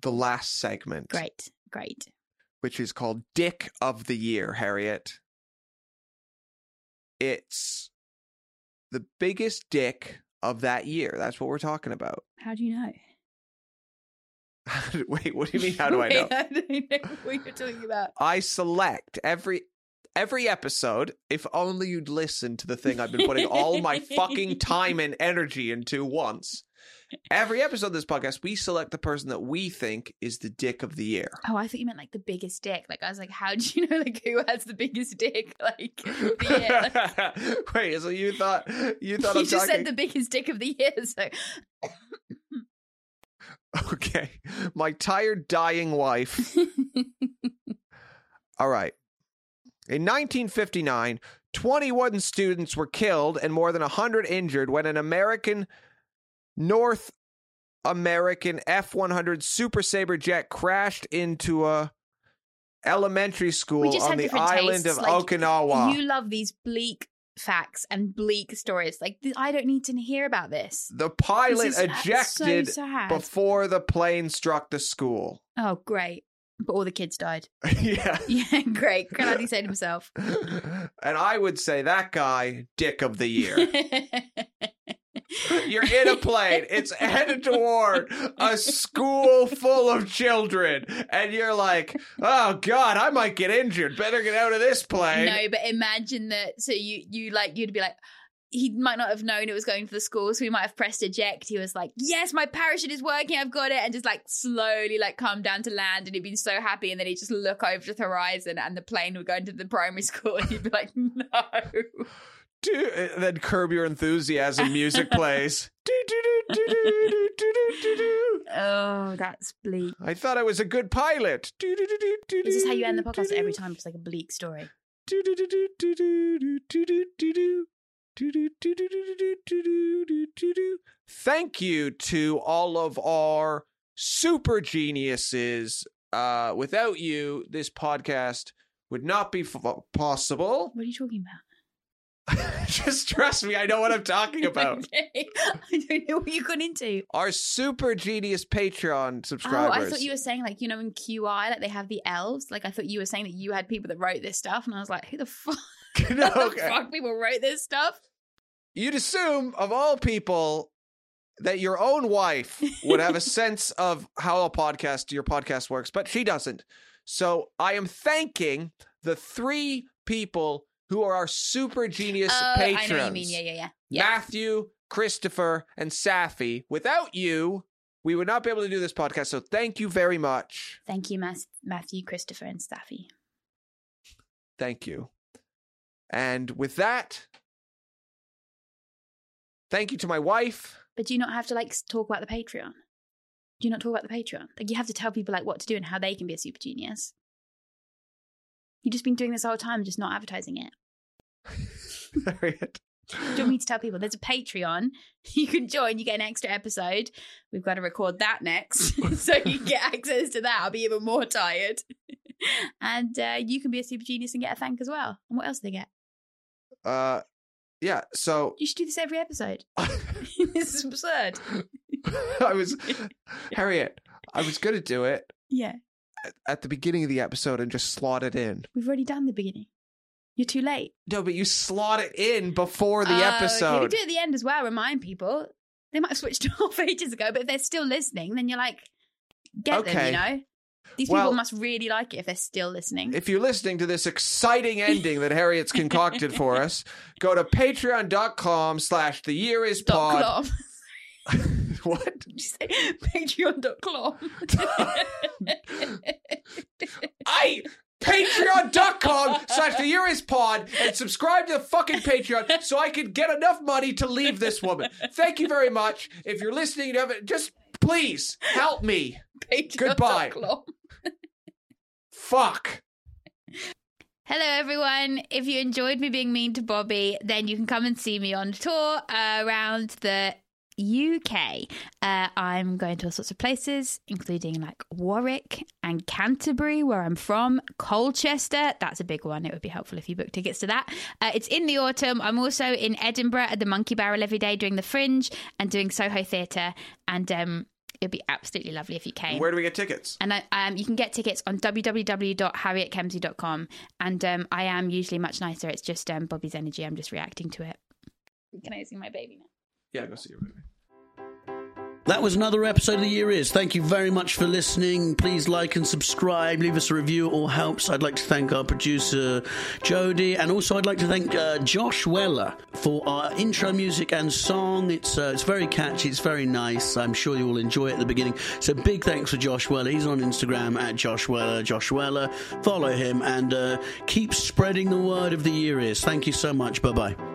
the last segment,
Great, great.
which is called Dick of the Year, Harriet. It's the biggest dick of that year. That's what we're talking about.
How do you know?
How do- [laughs] Wait, what do you mean? How do I know?
[laughs] Wait, I don't know what you're talking about.
I select every every episode. If only you'd listen to the thing I've been putting all my fucking time and energy into once. Every episode of this podcast, we select the person that we think is the dick of the year.
Oh, I thought you meant like the biggest dick. Like I was like, how do you know like who has the biggest dick? [laughs] Like
[laughs]
of the year.
Wait, so you thought you
you
thought I'm
just
talking?
said the biggest dick of the year. So
[laughs] okay, my tired, dying wife. All right, In 1959, 21 students were killed and more than 100 injured when an American North American F-100 Super Sabre jet crashed into a elementary
We
school
just
on
had
the
different
island
tastes,
of
like,
Okinawa.
You love these bleak facts and bleak stories. Like th- I don't need to hear about this.
the pilot
This is, uh,
ejected
so sad.
before the plane struck the school. [laughs]
oh, great. But all the kids died. [laughs]
yeah.
Yeah, great. Granadi said himself.
And I would say that guy, dick of the year.
[laughs]
You're
You're
in a plane. It's headed toward a school full of children, and you're like, "Oh God, I might get injured. Better get out of this plane."
No, but imagine that. So you you like you'd be like, he might not have known it was going for the school, so he might have pressed eject. He was like, "Yes, my parachute is working. I've got it," and just like slowly like come down to land, and he'd been so happy. And then he'd just look over to the horizon, and the plane would go into the primary [laughs] school, and he'd be like, "No."
Do- and then curb your enthusiasm.
[laughs]
Music plays. Do, do, do, do, do, do, do, do, do.
Oh, that's bleak.
I thought I was a good pilot. Do, do, do, do, do,
This is how you end the
do,
podcast
do,
every time, just like a bleak story.
do, do, do, do, do, do, do, do, do, do. Do, do, do, do, do, do, do, do, do, do, do. Thank you to all of our super geniuses. Uh, without you, this podcast would not be f- possible.
What are you talking about?
Just trust me, I know what I'm talking
[laughs]
about.
I don't know what you got into.
Our super genius Patreon
Oh,
subscribers.
I thought you were saying like you know in QI like they have the elves. Like I thought you were saying that you had people that wrote this stuff, and I was like, who the [laughs] fuck?
no,
the
[laughs] okay.
fuck people wrote this stuff?
You'd assume, of all people, that your own wife would
[laughs]
have a sense of how a podcast, your podcast works, but she doesn't. So I am thanking the three people who are our super genius
Oh,
patrons
I know what you mean. Yeah, yeah, yeah.
Matthew, Christopher, and Safi. Without you, we would not be able to do this podcast. So thank you very much.
Thank you, Mas- Matthew, Christopher, and Staffy.
Thank you. And with that, thank you to my wife. [laughs]
But do you not have to like s- talk about the Patreon? Do you not talk about the Patreon? Like you have to tell people like what to do and how they can be a super genius. You've just been doing this the whole time, just not advertising it.
Harriet.
Do you want me to tell people there's a Patreon? [laughs] You can join, you get an extra episode. We've got to record that next. [laughs] so you get access to that. I'll be even more tired. [laughs] and uh, you can be a super genius and get a thank as well. And what else do they get?
Uh, yeah. So [laughs]
You should do this every episode. [laughs]
I
this is absurd. [laughs]
was Harriet. I was gonna do it
Yeah,
at- at the beginning of the episode and just slot it in.
we've already done the beginning. You're too late.
No, but you slot it in before the
Oh, okay. We
episode.
could do it at the end as well. Remind people they might have switched [laughs] off ages ago, but if they're still listening, then you're like, get them.
Okay.
You know, these
Well-
people must really like it if they're still listening.
If you're listening to this exciting ending that Harriet's concocted
[laughs]
for us, go to patreon.com slash the year is
Dot
pod. [laughs]
clom.
what?
Did you say [laughs] patreon.com?
I patreon.com slash the year is pod and subscribe to the fucking patreon so i can get enough money to leave this woman thank you very much if you're listening you haven't just please help me Goodbye.
Patreon.com.
fuck
Hello, everyone. If you enjoyed me being mean to Bobby, then you can come and see me on tour uh, around the UK. Uh, I'm going to all sorts of places, including like Warwick and Canterbury, where I'm from, Colchester. That's a big one. It would be helpful if you book tickets to that. Uh, it's in the autumn. I'm also in Edinburgh at the Monkey Barrel every day doing the Fringe and doing Soho Theatre. And um, it'd be absolutely lovely if you came.
where do we get tickets
And I, um, you can get tickets on www.harrietkemsey.com. And um, I am usually much nicer. It's just um, Bobby's energy. I'm just reacting to it. Can I see my baby now?
yeah go see your movie
That was another episode of The Year Is. Thank you very much for listening. Please like and subscribe. Leave us a review. It all helps. I'd like to thank our producer, Jody. And also, I'd like to thank uh, Josh Weller for our intro music and song. It's, uh, it's very catchy. It's very nice. I'm sure you will enjoy it at the beginning. So, big thanks for Josh Weller. He's on Instagram at Josh Weller. Josh Weller. Follow him and uh, keep spreading the word of The Year Is. Thank you so much. Bye bye.